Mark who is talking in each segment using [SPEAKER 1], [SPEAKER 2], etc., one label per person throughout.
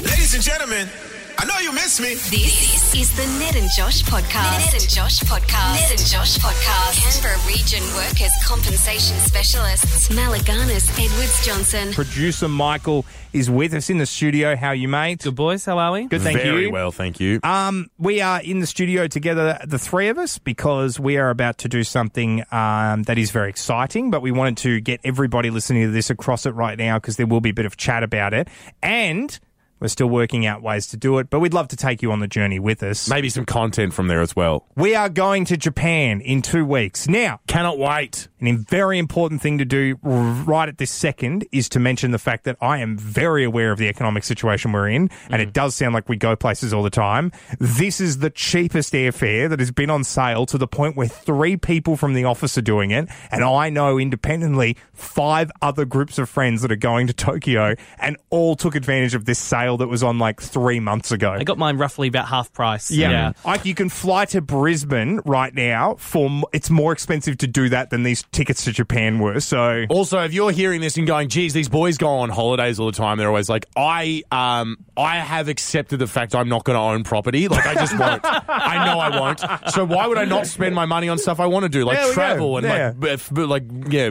[SPEAKER 1] Ladies and gentlemen, I know you miss me.
[SPEAKER 2] This is the Ned and Josh podcast. Ned and Josh podcast. Ned and Josh podcast. Canberra Region Workers Compensation Specialists. Malaganas Edwards Johnson.
[SPEAKER 3] Producer Michael is with us in the studio. How are you, mate?
[SPEAKER 4] Good boys, how are we?
[SPEAKER 3] Good, thank
[SPEAKER 5] Very
[SPEAKER 3] you.
[SPEAKER 5] well, thank you. Uh,
[SPEAKER 3] Um, we are in the studio together, the three of us, because we are about to do something um, that is very exciting. But we wanted to get everybody listening to this across it right now because there will be a bit of chat about it, and we're still working out ways to do it. But we'd love to take you on the journey with us.
[SPEAKER 5] Maybe some content from there as well.
[SPEAKER 3] We are going to Japan in two weeks. Now,
[SPEAKER 5] Cannot wait.
[SPEAKER 3] And a very important thing to do r- right at this second is to mention the fact that I am very aware of the economic situation we're in,
[SPEAKER 5] Mm-hmm.
[SPEAKER 3] and it does sound like we go places all the time. This is the cheapest airfare that has been on sale to the point where three people from the office are doing it, and I know independently five other groups of friends that are going to Tokyo and all took advantage of this sale that was on like three months ago.
[SPEAKER 4] I got mine roughly about half price.
[SPEAKER 3] Yeah. Like you can fly to Brisbane right now for m- it's more expensive to do that than these tickets to Japan were. So
[SPEAKER 5] Also, if you're hearing this and going, geez, these boys go on holidays all the time, they're always like, I um, I have accepted the fact I'm not going to own property. Like, I just won't. I know I won't. So why would I not spend my money on stuff I want to do, like
[SPEAKER 3] There we go.
[SPEAKER 5] travel and
[SPEAKER 3] Yeah.
[SPEAKER 5] like, b- f- b- like, yeah,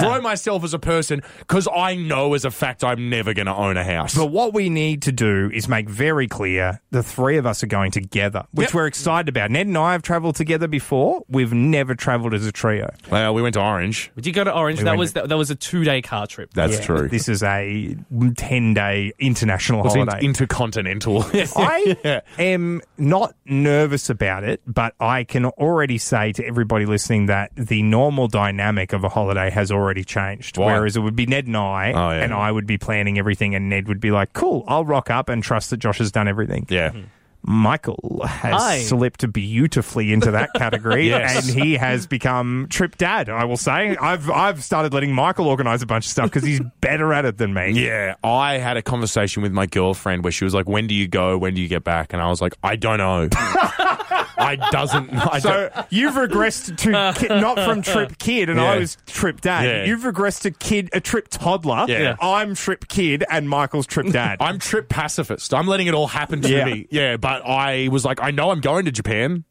[SPEAKER 5] grow myself as a person because I know as a fact I'm never going to own a house.
[SPEAKER 3] but what we need to do is make very clear the three of us are going together, which
[SPEAKER 5] Yep.
[SPEAKER 3] we're excited about. Ned and I have traveled together before. We've never traveled as a trio.
[SPEAKER 5] well, we went to Orange.
[SPEAKER 4] Did you go to Orange? that
[SPEAKER 3] went
[SPEAKER 4] was that, that was a two day car trip.
[SPEAKER 5] That's true.
[SPEAKER 3] This is a 10 day international
[SPEAKER 5] It's in-
[SPEAKER 3] holiday.
[SPEAKER 5] intercontinental.
[SPEAKER 3] I am not nervous about it, but I can already say to everybody listening that the normal dynamic of a holiday has already changed.
[SPEAKER 5] Why?
[SPEAKER 3] Whereas it would be Ned and I,
[SPEAKER 5] Oh, yeah.
[SPEAKER 3] and I would be planning everything, and Ned would be like, cool, I'll rock up and trust that Josh has done everything.
[SPEAKER 5] yeah.
[SPEAKER 3] Michael has
[SPEAKER 4] Hi.
[SPEAKER 3] slipped beautifully into that category,
[SPEAKER 5] Yes.
[SPEAKER 3] and he has become trip dad. I will say, I've I've started letting Michael organise a bunch of stuff because he's better at it than me.
[SPEAKER 5] Yeah, I had a conversation with my girlfriend where she was like, "When do you go? When do you get back?" And I was like, "I don't know. I doesn't. I
[SPEAKER 3] So
[SPEAKER 5] don't-
[SPEAKER 3] you've regressed to ki- not from trip kid, and I
[SPEAKER 5] Yeah.
[SPEAKER 3] was trip dad.
[SPEAKER 5] Yeah.
[SPEAKER 3] You've regressed to kid, a trip toddler.
[SPEAKER 5] Yeah.
[SPEAKER 3] I'm trip kid, and Michael's trip dad.
[SPEAKER 5] I'm trip pacifist. I'm letting it all happen to
[SPEAKER 3] Yeah.
[SPEAKER 5] me. Yeah, but I was like, I know I'm going to Japan.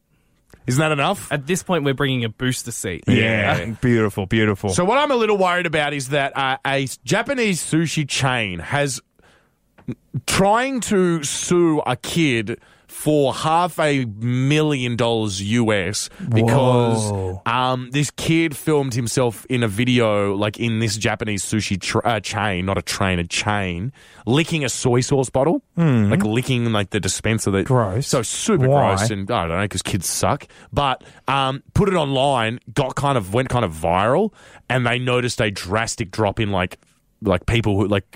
[SPEAKER 5] Isn't that enough?
[SPEAKER 4] At this point, we're bringing a booster seat.
[SPEAKER 3] yeah.
[SPEAKER 5] Yeah.
[SPEAKER 3] beautiful, beautiful.
[SPEAKER 5] So what I'm a little worried about is that uh, a Japanese sushi chain has trying to sue a kid for half a million dollars US because
[SPEAKER 3] Whoa.
[SPEAKER 5] um, this kid filmed himself in a video like in this Japanese sushi tr uh, chain, not a train, a chain, licking a soy sauce bottle, like licking like the dispenser that
[SPEAKER 3] Hmm. Gross.
[SPEAKER 5] So super
[SPEAKER 3] Why?
[SPEAKER 5] gross and I don't know because kids suck. But um, put it online, got kind of went kind of viral, and they noticed a drastic drop in like like people who like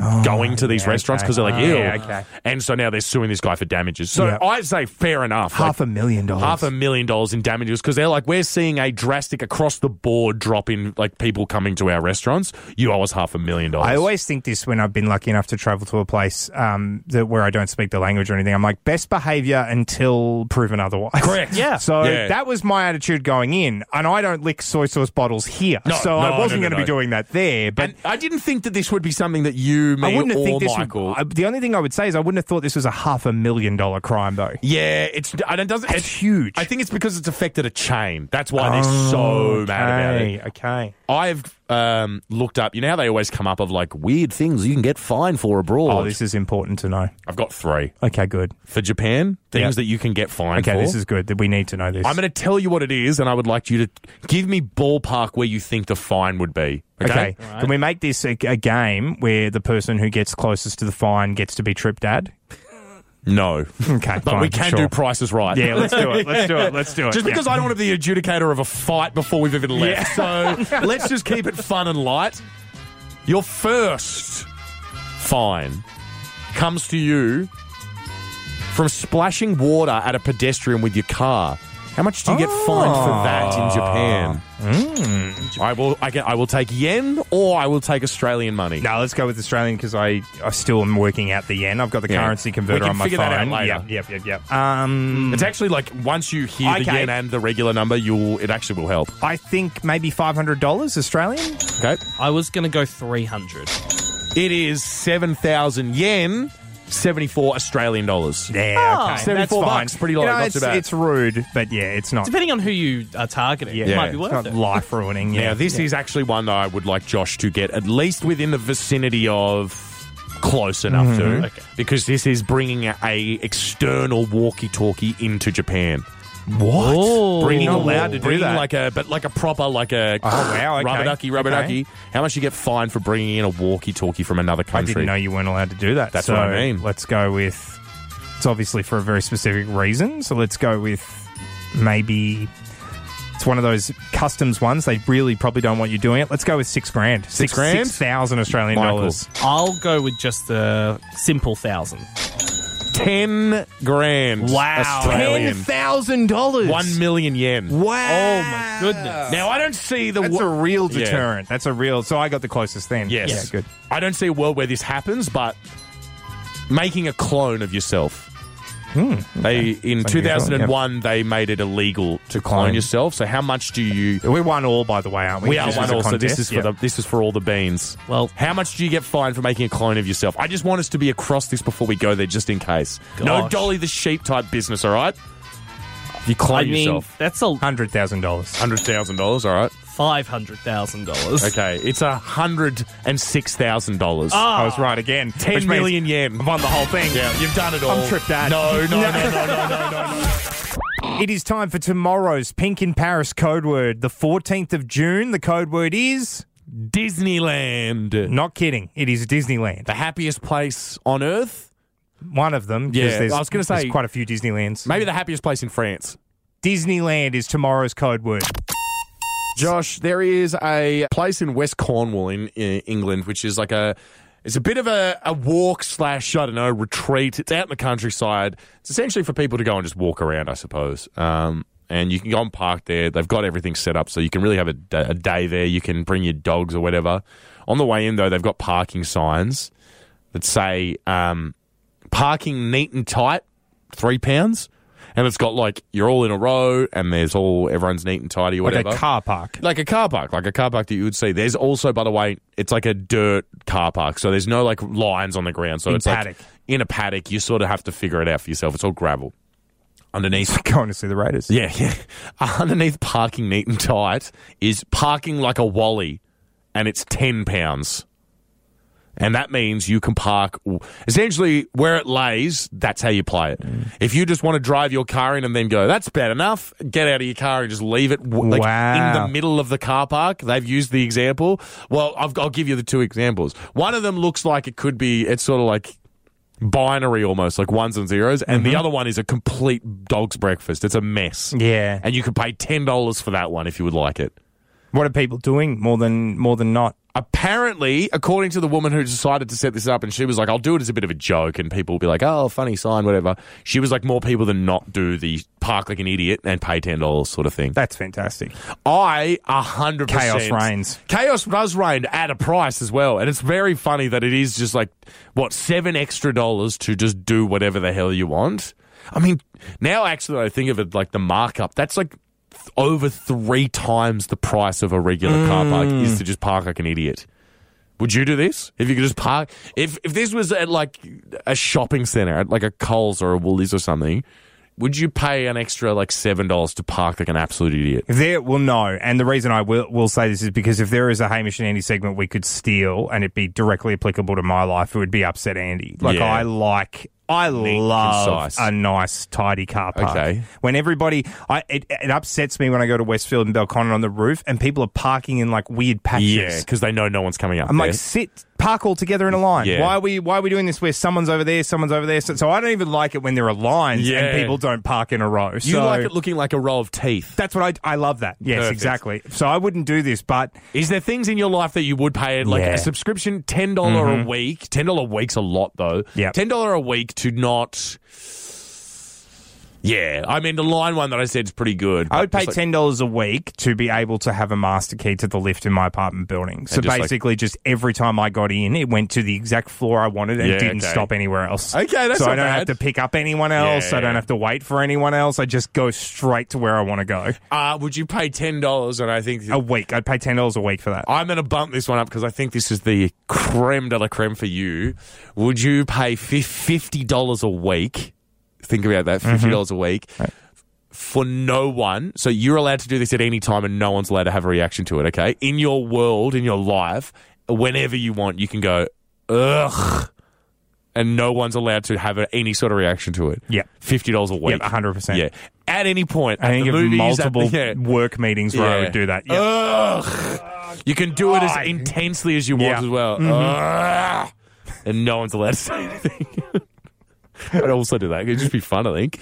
[SPEAKER 5] going to these
[SPEAKER 3] yeah,
[SPEAKER 5] restaurants
[SPEAKER 3] Oh, okay.
[SPEAKER 5] because
[SPEAKER 3] Oh,
[SPEAKER 5] they're like, ew.
[SPEAKER 3] yeah, okay.
[SPEAKER 5] And so now they're suing this guy for damages. So
[SPEAKER 3] Yep.
[SPEAKER 5] I'd say fair enough.
[SPEAKER 3] half
[SPEAKER 5] like,
[SPEAKER 3] a million dollars.
[SPEAKER 5] Half a million dollars in damages because they're like, we're seeing a drastic across the board drop in like people coming to our restaurants. You owe us half a million dollars.
[SPEAKER 3] I always think this when I've been lucky enough to travel to a place um, that where I don't speak the language or anything. I'm like best behavior until proven otherwise.
[SPEAKER 5] Correct. Yeah.
[SPEAKER 3] So
[SPEAKER 5] Yeah.
[SPEAKER 3] that was my attitude going in, and I don't lick soy sauce bottles here,
[SPEAKER 5] No,
[SPEAKER 3] so
[SPEAKER 5] no,
[SPEAKER 3] I wasn't
[SPEAKER 5] no, no,
[SPEAKER 3] going to be
[SPEAKER 5] no.
[SPEAKER 3] doing that there. But
[SPEAKER 5] and I didn't think that this would be something that you, me,
[SPEAKER 3] I wouldn't have
[SPEAKER 5] or
[SPEAKER 3] think this.
[SPEAKER 5] Michael.
[SPEAKER 3] Would, I- the only thing I would say is I wouldn't have thought this was a half a million dollar crime though.
[SPEAKER 5] Yeah, it's and it doesn't.
[SPEAKER 3] That's
[SPEAKER 5] it's
[SPEAKER 3] huge.
[SPEAKER 5] I think it's because it's affected a chain. That's why they're so mad about
[SPEAKER 3] okay,
[SPEAKER 5] it.
[SPEAKER 3] Okay.
[SPEAKER 5] I've um, looked up. You know, how they always come up of like weird things you can get fined for abroad.
[SPEAKER 3] Oh, this is important to know.
[SPEAKER 5] I've got three
[SPEAKER 3] Okay, good.
[SPEAKER 5] for Japan. Things
[SPEAKER 3] Yeah.
[SPEAKER 5] that you can get fined
[SPEAKER 3] Okay,
[SPEAKER 5] for.
[SPEAKER 3] this is good. That we need to know this.
[SPEAKER 5] I'm going to tell you what it is, and I would like you to give me ballpark where you think the fine would be. Okay.
[SPEAKER 3] Okay. Can we make this a, a game where the person who gets closest to the fine gets to be trip dad?
[SPEAKER 5] No,
[SPEAKER 3] Okay.
[SPEAKER 5] but we can do prices right.
[SPEAKER 3] Yeah, let's do it. Let's do it. Let's do it.
[SPEAKER 5] Just because I don't want to be the adjudicator of a fight before we've even left. So let's just keep it fun and light. Your first fine comes to you from splashing water at a pedestrian with your car. How much do you get fined for that in Japan?
[SPEAKER 3] Ah. Hmm.
[SPEAKER 5] I will. I, get, I will take yen, or I will take Australian money.
[SPEAKER 3] No, let's go with Australian because I, I still am working out the yen. I've got the
[SPEAKER 5] Yeah.
[SPEAKER 3] currency
[SPEAKER 5] We
[SPEAKER 3] converter
[SPEAKER 5] can
[SPEAKER 3] on my
[SPEAKER 5] figure
[SPEAKER 3] phone.
[SPEAKER 5] that out later.
[SPEAKER 3] Yep, yep, yep, yep. Um,
[SPEAKER 5] It's actually like once you hear the
[SPEAKER 3] Okay.
[SPEAKER 5] yen and the regular number, you'll. It actually will help.
[SPEAKER 3] I think maybe five hundred dollars Australian.
[SPEAKER 5] Okay.
[SPEAKER 4] I was gonna go three hundred.
[SPEAKER 5] It is 7,000 yen. 74 Australian dollars.
[SPEAKER 3] Yeah,
[SPEAKER 4] Oh,
[SPEAKER 3] okay.
[SPEAKER 4] that's
[SPEAKER 5] 74
[SPEAKER 3] fine.
[SPEAKER 5] bucks, pretty low,
[SPEAKER 3] You know,
[SPEAKER 5] not too
[SPEAKER 3] it's,
[SPEAKER 5] bad.
[SPEAKER 3] it's rude, but yeah, it's not.
[SPEAKER 4] Depending on who you are targeting,
[SPEAKER 3] Yeah,
[SPEAKER 4] it might be
[SPEAKER 3] it's
[SPEAKER 4] worth
[SPEAKER 3] not
[SPEAKER 4] it.
[SPEAKER 3] life ruining. Yeah,
[SPEAKER 5] Now, this is actually one that I would like Josh to get at least within the vicinity of close enough to, because this is bringing a, a external walkie-talkie into Japan.
[SPEAKER 3] what?
[SPEAKER 4] Oh.
[SPEAKER 5] bringing
[SPEAKER 3] You're not
[SPEAKER 5] a-
[SPEAKER 3] allowed to do
[SPEAKER 5] bringing
[SPEAKER 3] that.
[SPEAKER 5] Like a but like a proper like a
[SPEAKER 3] wow, okay.
[SPEAKER 5] rubber ducky, rubber
[SPEAKER 3] Okay.
[SPEAKER 5] ducky. How much you get fined for bringing in a walkie-talkie from another
[SPEAKER 3] I
[SPEAKER 5] country?
[SPEAKER 3] didn't know you weren't allowed to do that.
[SPEAKER 5] That's
[SPEAKER 3] so
[SPEAKER 5] what I mean.
[SPEAKER 3] Let's go with. It's obviously for a very specific reason. So let's go with maybe. It's one of those customs ones. They really probably don't want you doing it. Let's go with six grand. Six,
[SPEAKER 5] grand?
[SPEAKER 3] Six thousand Australian
[SPEAKER 5] Michael.
[SPEAKER 3] dollars.
[SPEAKER 4] I'll go with just the simple thousand.
[SPEAKER 5] Ten grand.
[SPEAKER 4] Wow.
[SPEAKER 5] Australian.
[SPEAKER 3] thousand dollars.
[SPEAKER 5] One million yen.
[SPEAKER 3] Wow.
[SPEAKER 4] Oh my goodness!
[SPEAKER 5] Now I don't see the.
[SPEAKER 3] That's a
[SPEAKER 5] wo-
[SPEAKER 3] real
[SPEAKER 5] Yeah.
[SPEAKER 3] deterrent. That's a real. So I got the closest then.
[SPEAKER 5] Yes.
[SPEAKER 3] Yeah, good.
[SPEAKER 5] I don't see a world where this happens, but making a clone of yourself.
[SPEAKER 3] Hmm,
[SPEAKER 5] They in
[SPEAKER 3] That's
[SPEAKER 5] two
[SPEAKER 3] unusual,
[SPEAKER 5] thousand and one they made it illegal to clone,
[SPEAKER 3] clone.
[SPEAKER 5] yourself. So how much do you?
[SPEAKER 3] We're one all, by the way, aren't we?
[SPEAKER 5] We are
[SPEAKER 3] This
[SPEAKER 5] one
[SPEAKER 3] is a
[SPEAKER 5] also. This
[SPEAKER 3] contest.
[SPEAKER 5] is for
[SPEAKER 3] Yeah.
[SPEAKER 5] the this is for all the beans.
[SPEAKER 4] Well-
[SPEAKER 5] how much do you get fined for making a clone of yourself? I just want us to be across this before we go there, just in case. No
[SPEAKER 4] Gosh.
[SPEAKER 5] dolly the sheep type business. All right, you clone
[SPEAKER 4] I mean,
[SPEAKER 5] yourself.
[SPEAKER 4] that's a
[SPEAKER 3] hundred thousand dollars.
[SPEAKER 5] Hundred thousand dollars, all right.
[SPEAKER 4] five hundred thousand dollars.
[SPEAKER 5] Okay, it's a hundred and six thousand dollars.
[SPEAKER 3] I was right again.
[SPEAKER 5] Ah. Ten
[SPEAKER 3] Which means
[SPEAKER 5] million yen.
[SPEAKER 3] I've won the whole thing.
[SPEAKER 5] Yeah, you've done it all.
[SPEAKER 3] I'm tripped out.
[SPEAKER 5] No, no, no, no, no, no, no, no.
[SPEAKER 3] It is time for tomorrow's Pink in Paris code word. The 14th of June, the code word is.
[SPEAKER 5] Disneyland.
[SPEAKER 3] Not kidding. It is Disneyland.
[SPEAKER 5] The happiest place on earth?
[SPEAKER 3] One of them. 'cause
[SPEAKER 5] Yeah,
[SPEAKER 3] there's-
[SPEAKER 5] I was gonna
[SPEAKER 3] there's
[SPEAKER 5] say-
[SPEAKER 3] quite a few Disneylands.
[SPEAKER 5] Maybe the happiest place in France.
[SPEAKER 3] Disneyland is tomorrow's code word.
[SPEAKER 5] Josh, there is a place in West Cornwall in, in England, which is like a. It's a bit of a, a walk slash, I don't know, retreat. It's out in the countryside. It's essentially for people to go and just walk around, I suppose. Um, and you can go and park there. They've got everything set up, so you can really have a, d- a day there. You can bring your dogs or whatever. On the way in, though, they've got parking signs that say um, parking neat and tight, three pounds. And it's got like you're all in a row, and there's all everyone's neat and tidy, or whatever
[SPEAKER 3] Like a car park.
[SPEAKER 5] like a car park, like a car park that you would see. There's also, by the way, it's like a dirt car park, so there's no like lines on the ground. So
[SPEAKER 3] In
[SPEAKER 5] it's
[SPEAKER 3] paddock.
[SPEAKER 5] like in a paddock. You sort of have to figure it out for yourself. It's all gravel underneath.
[SPEAKER 3] Going to see the Raiders.
[SPEAKER 5] Yeah, yeah. Underneath parking neat and tight is parking like a wally, and it's ten pounds. And that means you can park essentially where it lays. That's how you play it.
[SPEAKER 3] Mm.
[SPEAKER 5] If you just want to drive your car in and then go, that's bad enough. Get out of your car and just leave it w- like in
[SPEAKER 3] Wow.
[SPEAKER 5] the middle of the car park. They've used the example. Well, I've, I'll give you the two examples. One of them looks like it could be. It's sort of like binary almost, like ones and zeros, and
[SPEAKER 3] Mm-hmm.
[SPEAKER 5] the other one is a complete dog's breakfast. It's a mess.
[SPEAKER 3] Yeah.
[SPEAKER 5] And you could pay ten dollars for that one if you would like it.
[SPEAKER 3] What are people doing more than more than not?
[SPEAKER 5] Apparently, according to the woman who decided to set this up, and she was like, I'll do it as a bit of a joke, and people will be like, oh, funny sign, whatever. She was like, more people than not do the park like an idiot and pay $10 sort of thing.
[SPEAKER 3] That's fantastic.
[SPEAKER 5] I a hundred percent
[SPEAKER 3] Chaos reigns.
[SPEAKER 5] Chaos does reign at a price as well, and it's very funny that it is just like what seven extra dollars to just do whatever the hell you want. I mean, now actually, I think of it like the markup. That's like th- over three times the price of a regular car park
[SPEAKER 3] Mm.
[SPEAKER 5] is to just park like an idiot. Would you do this if you could just park? If if this was at like a shopping center, at like a Coles or a Woolies or something, would you pay an extra like seven dollars to park like an absolute idiot?
[SPEAKER 3] If there, well, no. And the reason I will, will say this is because if there is a Hamish and Andy segment we could steal and it'd be directly applicable to my life, it would be upset Andy. Like,
[SPEAKER 5] Yeah.
[SPEAKER 3] I like, I love
[SPEAKER 5] concise.
[SPEAKER 3] a nice, tidy car park.
[SPEAKER 5] Okay.
[SPEAKER 3] When everybody, I it, it upsets me when I go to Westfield and Belconnen on the roof and people are parking in like weird patches.
[SPEAKER 5] Yeah, because they know no one's coming up.
[SPEAKER 3] I'm
[SPEAKER 5] there.
[SPEAKER 3] like, sit, park all together in a line.
[SPEAKER 5] Yeah.
[SPEAKER 3] Why are we Why are we doing this? Where someone's over there, someone's over there. So, so I don't even like it when there are lines
[SPEAKER 5] Yeah.
[SPEAKER 3] and people don't park in a row.
[SPEAKER 5] you
[SPEAKER 3] so
[SPEAKER 5] like it looking like a row of teeth.
[SPEAKER 3] that's what I, I love that. Yes,
[SPEAKER 5] Perfect.
[SPEAKER 3] exactly. So I wouldn't do this, but
[SPEAKER 5] Is there things in your life that you would pay like
[SPEAKER 3] Yeah.
[SPEAKER 5] a subscription ten a week? Ten dollar a week's a lot though.
[SPEAKER 3] Yep.
[SPEAKER 5] ten dollar a week to not Yeah, I mean the line one that I said is pretty good.
[SPEAKER 3] I would
[SPEAKER 5] but
[SPEAKER 3] pay
[SPEAKER 5] just like-
[SPEAKER 3] ten dollars a week to be able to have a master key to the lift in my apartment building. So
[SPEAKER 5] And just like-
[SPEAKER 3] basically, just every time I got in, it went to the exact floor I wanted and
[SPEAKER 5] Yeah,
[SPEAKER 3] didn't
[SPEAKER 5] okay.
[SPEAKER 3] stop anywhere else.
[SPEAKER 5] Okay, that's
[SPEAKER 3] so I
[SPEAKER 5] not
[SPEAKER 3] don't
[SPEAKER 5] bad.
[SPEAKER 3] have to pick up anyone else. I
[SPEAKER 5] yeah.
[SPEAKER 3] don't have to wait for anyone else. I just go straight to where I want to go
[SPEAKER 5] Uh, would you pay ten dollars? And I think
[SPEAKER 3] a week. I'd pay ten dollars a week for that.
[SPEAKER 5] I'm going to bump this one up because I think this is the creme de la creme for you. Would you pay fif- fifty dollars a week? Think about that fifty dollars a week for no one. So you're allowed to do this at any time, and no one's allowed to have a reaction to it. Okay, in your world, in your life, whenever you want, you can go ugh, and no one's allowed to have any sort of reaction to it.
[SPEAKER 3] Yep.
[SPEAKER 5] fifty dollars a week.
[SPEAKER 3] Yep, 100%.
[SPEAKER 5] Yeah, at any point.
[SPEAKER 3] I
[SPEAKER 5] at
[SPEAKER 3] think
[SPEAKER 5] the
[SPEAKER 3] of
[SPEAKER 5] movies, at the-
[SPEAKER 3] multiple
[SPEAKER 5] yeah.
[SPEAKER 3] work meetings where I
[SPEAKER 5] Yeah. Oh.
[SPEAKER 3] would do that. Yeah.
[SPEAKER 5] Ugh. You can do it as
[SPEAKER 3] God.
[SPEAKER 5] intensely as you want
[SPEAKER 3] Yeah. Mm-hmm.
[SPEAKER 5] as well. Ugh. And no one's allowed to say anything. I'd also do that. It'd just be fun, I think.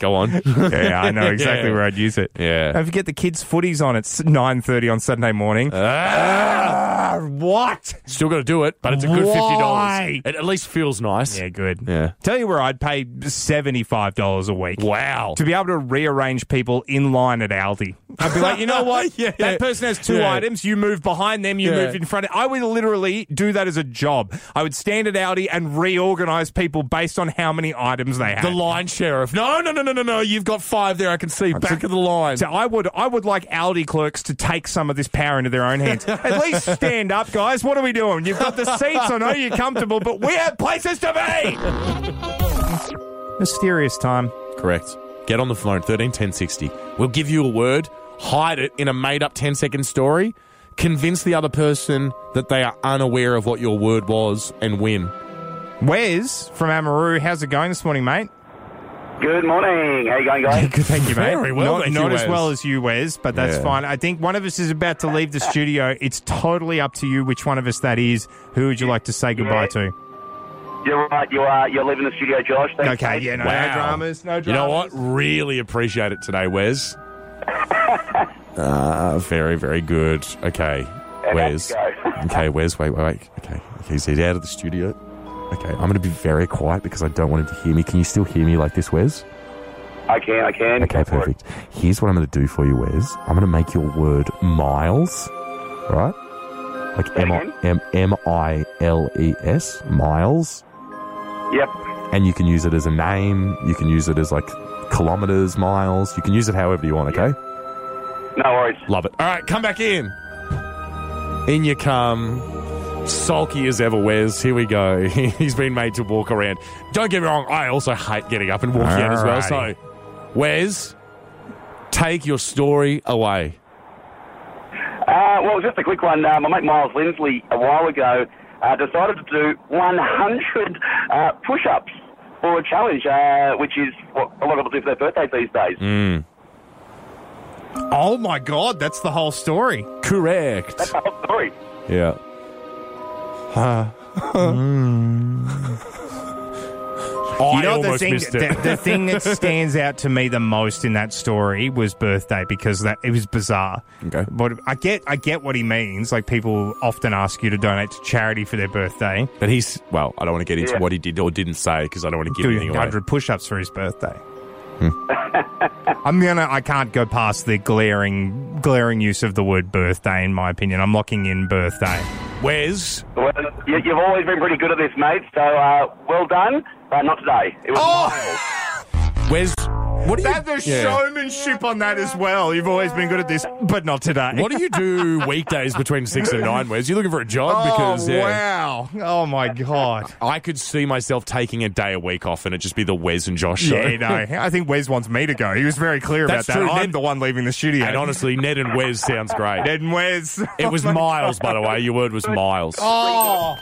[SPEAKER 5] Go on.
[SPEAKER 3] yeah, I know exactly
[SPEAKER 5] Yeah.
[SPEAKER 3] where I'd use it.
[SPEAKER 5] Yeah.
[SPEAKER 3] Don't forget the kids' footies on. It's nine thirty on Saturday morning.
[SPEAKER 5] Ah.
[SPEAKER 3] what?
[SPEAKER 5] Still got to do it, but it's a good
[SPEAKER 3] Why?
[SPEAKER 5] $50. It at least feels nice.
[SPEAKER 3] Yeah, good.
[SPEAKER 5] Yeah.
[SPEAKER 3] Tell you where I'd pay seventy five dollars a week.
[SPEAKER 5] Wow.
[SPEAKER 3] To be able to rearrange people in line at Aldi. I'd be like, you know what?
[SPEAKER 5] Yeah.
[SPEAKER 3] That person has two
[SPEAKER 5] Yeah.
[SPEAKER 3] items. You move behind them, you
[SPEAKER 5] Yeah.
[SPEAKER 3] move in front of I would literally do that as a job. I would stand at Aldi and reorganize people based on how many items they had.
[SPEAKER 5] The line sheriff. No, no, no, no, no, no. You've got five there. I can see. Back of the line.
[SPEAKER 3] So I would I would like Aldi clerks to take some of this power into their own hands. At least stand up, guys. What are we doing? You've got the seats. I know you're comfortable, but we have places to be. Mysterious time.
[SPEAKER 5] Correct. Get on the phone, 131060. We'll give you a word, hide it in a made up 10 second story, convince the other person that they are unaware of what your word was, and win.
[SPEAKER 3] Wes from Amaru, how's it going this morning, mate?
[SPEAKER 6] Good morning. How you going, guys?
[SPEAKER 3] Good, thank you, mate.
[SPEAKER 5] Very well,
[SPEAKER 3] Not,
[SPEAKER 5] thank
[SPEAKER 3] not
[SPEAKER 5] you,
[SPEAKER 3] as
[SPEAKER 5] Wes.
[SPEAKER 3] well as you, Wes, but that's
[SPEAKER 5] Yeah.
[SPEAKER 3] fine. I think one of us is about to leave the studio. It's totally up to you which one of us that is. Who would you like to say goodbye to?
[SPEAKER 6] You're right. You are. You're leaving the studio, Josh. Thanks,
[SPEAKER 3] Okay,
[SPEAKER 6] mate.
[SPEAKER 3] yeah, no,
[SPEAKER 5] Wow.
[SPEAKER 3] no dramas, no dramas.
[SPEAKER 5] You know what? Really appreciate it today, Wes. Ah, very, very good. Okay, Wes.
[SPEAKER 6] go.
[SPEAKER 5] okay, Wes, wait, wait, wait. Okay, okay, he's he's out of the studio. Okay, I'm going to be very quiet because I don't want him to hear me. Can you still hear me like this, Wes?
[SPEAKER 6] I can. I can.
[SPEAKER 5] Okay,
[SPEAKER 6] Go for it.
[SPEAKER 5] perfect. Here's what I'm going to do for you, Wes. I'm going to make your word miles, right? Like
[SPEAKER 6] Say
[SPEAKER 5] M I
[SPEAKER 6] again?
[SPEAKER 5] M M I L E S, miles.
[SPEAKER 6] Yep.
[SPEAKER 5] And you can use it as a name. You can use it as like kilometers, miles. You can use it however you want, okay?
[SPEAKER 6] No worries.
[SPEAKER 5] Love it. All right, come back in. In you come. Sulky as ever, Wes. Here we go. He's been made to walk around. Don't get me wrong, I also hate getting up and walking out as well. So,
[SPEAKER 3] Alrighty.
[SPEAKER 5] Wes, take your story away.
[SPEAKER 6] Uh, well, just a quick one. Uh, my mate Miles Lindsley a while ago uh, decided to do 100 uh, push-ups for a challenge, uh, which is what a lot of people do for their birthdays these days.
[SPEAKER 3] Oh my God, that's the whole story.
[SPEAKER 5] Correct.
[SPEAKER 6] That's the whole story.
[SPEAKER 5] Yeah. I
[SPEAKER 3] you know the
[SPEAKER 5] almost
[SPEAKER 3] thing,
[SPEAKER 5] missed
[SPEAKER 3] the,
[SPEAKER 5] it.
[SPEAKER 3] the thing that stands out to me the most in that story was birthday because that it was bizarre.
[SPEAKER 5] Okay.
[SPEAKER 3] but I get I get what he means. Like people often ask you to donate to charity for their birthday.
[SPEAKER 5] But he's well. I don't want to get into
[SPEAKER 6] Yeah.
[SPEAKER 5] what he did or didn't say because I don't want to give
[SPEAKER 3] Doing
[SPEAKER 5] anything away.
[SPEAKER 3] hundred push-ups for his birthday. Hmm. I'm gonna. I can't go past the glaring, glaring use of the word birthday. In my opinion, I'm locking in birthday.
[SPEAKER 5] Wes,
[SPEAKER 6] Well, you, you've always been pretty good at this, mate. So uh, well done, but not today. It was
[SPEAKER 5] Wes, what do you?
[SPEAKER 3] That there's
[SPEAKER 5] Yeah.
[SPEAKER 3] showmanship on that as well. You've always been good at this, but not today.
[SPEAKER 5] What do you do weekdays between six and nine, Wes? You looking for a job? because yeah,
[SPEAKER 3] wow! Oh my god!
[SPEAKER 5] I could see myself taking a day a week off, and it'd just be the Wes and Josh show.
[SPEAKER 3] Yeah, you know, I think Wes wants me to go. He was very clear
[SPEAKER 5] That's
[SPEAKER 3] about that.
[SPEAKER 5] true.
[SPEAKER 3] I'm
[SPEAKER 5] Ned-
[SPEAKER 3] the one leaving the studio.
[SPEAKER 5] And honestly, Ned and Wes sounds great.
[SPEAKER 3] Ned and Wes.
[SPEAKER 5] It was miles, by the way. Your word was miles.
[SPEAKER 3] Oh,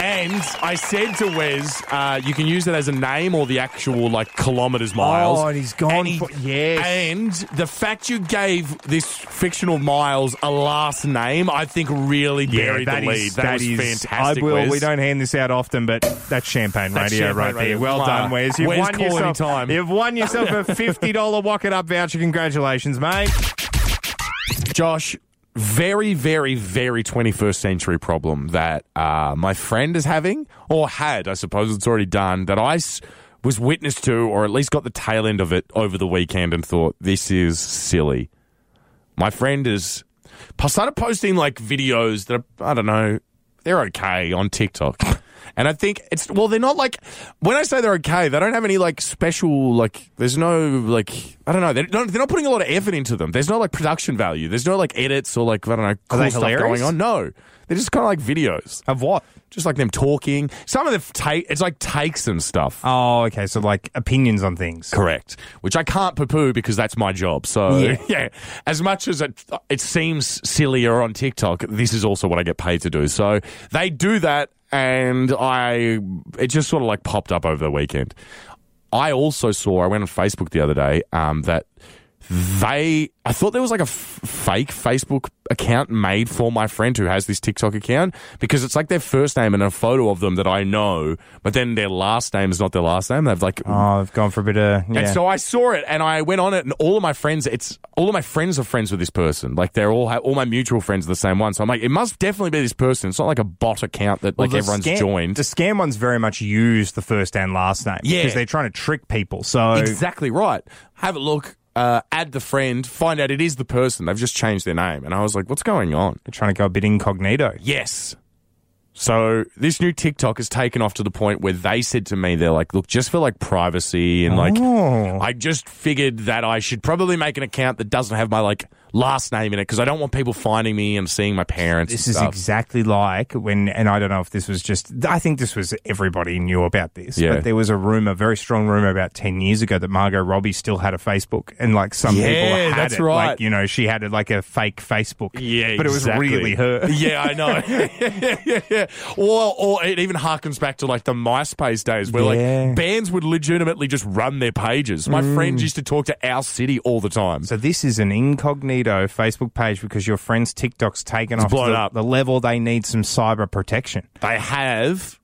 [SPEAKER 5] And I said to Wes, uh, you can use it as a name or the actual like kilometers miles.
[SPEAKER 3] Oh, and he's gone
[SPEAKER 5] And
[SPEAKER 3] for- yes.
[SPEAKER 5] And the fact you gave this fictional miles a last name, I think really buried
[SPEAKER 3] that
[SPEAKER 5] the
[SPEAKER 3] is-
[SPEAKER 5] lead. that, was
[SPEAKER 3] is-
[SPEAKER 5] fantastic.
[SPEAKER 3] I will.
[SPEAKER 5] Wes.
[SPEAKER 3] We don't hand this out often, but that's champagne
[SPEAKER 5] That's
[SPEAKER 3] radio
[SPEAKER 5] champagne
[SPEAKER 3] right
[SPEAKER 5] radio.
[SPEAKER 3] there. Well
[SPEAKER 5] Wow.
[SPEAKER 3] done, Wes. You've
[SPEAKER 5] Wes,
[SPEAKER 3] won
[SPEAKER 5] call
[SPEAKER 3] yourself.
[SPEAKER 5] anytime.
[SPEAKER 3] You've won yourself a fifty dollar Walk It Up voucher. Congratulations, mate.
[SPEAKER 5] Josh, very, very, very 21st century problem that uh, my friend is having, or had, I suppose it's already done, that I s- was witness to, or at least got the tail end of it over the weekend and thought, this is silly. My friend is I started posting like videos that are, I don't know, they're okay on TikTok. And I think it's well, they're not like when I say they're okay, they don't have any like special like. There's no like I don't know. They're not, they're not putting a lot of effort into them. There's no like production value. There's no like edits or like I don't know cool
[SPEAKER 3] they
[SPEAKER 5] stuff
[SPEAKER 3] hilarious?
[SPEAKER 5] going on. No, they're just kind of like videos,
[SPEAKER 3] Of what?
[SPEAKER 5] just like them talking. Some of the take it's like takes and stuff.
[SPEAKER 3] Oh, okay. So like opinions on things.
[SPEAKER 5] Correct. Which I can't poo poo because that's my job. So,
[SPEAKER 3] Yeah.
[SPEAKER 5] yeah. As much as it, it seems sillier on TikTok, this is also what I get paid to do. So they do that, and I, it just sort of like popped up over the weekend. I also saw, I went on Facebook the other day, um, that they, I thought there was like a f- fake Facebook account made for my friend who has this TikTok account because it's like their first name and a photo of them that I know, but then their last name is not their last name. They've like
[SPEAKER 3] Oh, I've gone for a bit of yeah.
[SPEAKER 5] and so I saw it, and I went on it, and all of my friends, it's all of my friends are friends with this person. Like they're all ha- all my mutual friends are the same one. So I'm like, it must definitely be this person. It's not like a bot account that
[SPEAKER 3] Well,
[SPEAKER 5] like
[SPEAKER 3] the
[SPEAKER 5] everyone's
[SPEAKER 3] scam-
[SPEAKER 5] joined.
[SPEAKER 3] The scam ones very much use the first and last name
[SPEAKER 5] Yeah.
[SPEAKER 3] because they're trying to trick people. So
[SPEAKER 5] exactly right. Have a look, uh, add the friend, find out it is the person. They've just changed their name, and I was like, what's going on?
[SPEAKER 3] they're trying to go a bit incognito.
[SPEAKER 5] Yes. So this new TikTok has taken off to the point where they said to me, they're like, look, just for like privacy and
[SPEAKER 3] Oh.
[SPEAKER 5] like, I just figured that I should probably make an account that doesn't have my like last name in it because I don't want people finding me and seeing my parents.
[SPEAKER 3] This
[SPEAKER 5] and
[SPEAKER 3] is
[SPEAKER 5] stuff.
[SPEAKER 3] exactly like when, and I don't know if this was just, I think this was everybody knew about this,
[SPEAKER 5] Yeah.
[SPEAKER 3] but there was a rumor, very strong rumor about 10 years ago that Margot Robbie still had a Facebook and like some people
[SPEAKER 5] Yeah,
[SPEAKER 3] had
[SPEAKER 5] that's
[SPEAKER 3] it. Like,
[SPEAKER 5] right.
[SPEAKER 3] you know, she had it like a fake Facebook.
[SPEAKER 5] Yeah,
[SPEAKER 3] But it was
[SPEAKER 5] exactly.
[SPEAKER 3] really her.
[SPEAKER 5] Yeah, I know. yeah, yeah, yeah. Or, or it even harkens back to like the MySpace days where
[SPEAKER 3] Yeah. Mm.
[SPEAKER 5] like bands would legitimately just run their pages. My friends used to talk to our city all the time.
[SPEAKER 3] So this is an incognito Facebook page because your friend's TikTok's taken off to
[SPEAKER 5] blown
[SPEAKER 3] the,
[SPEAKER 5] up.
[SPEAKER 3] the level they need some cyber protection.
[SPEAKER 5] They have.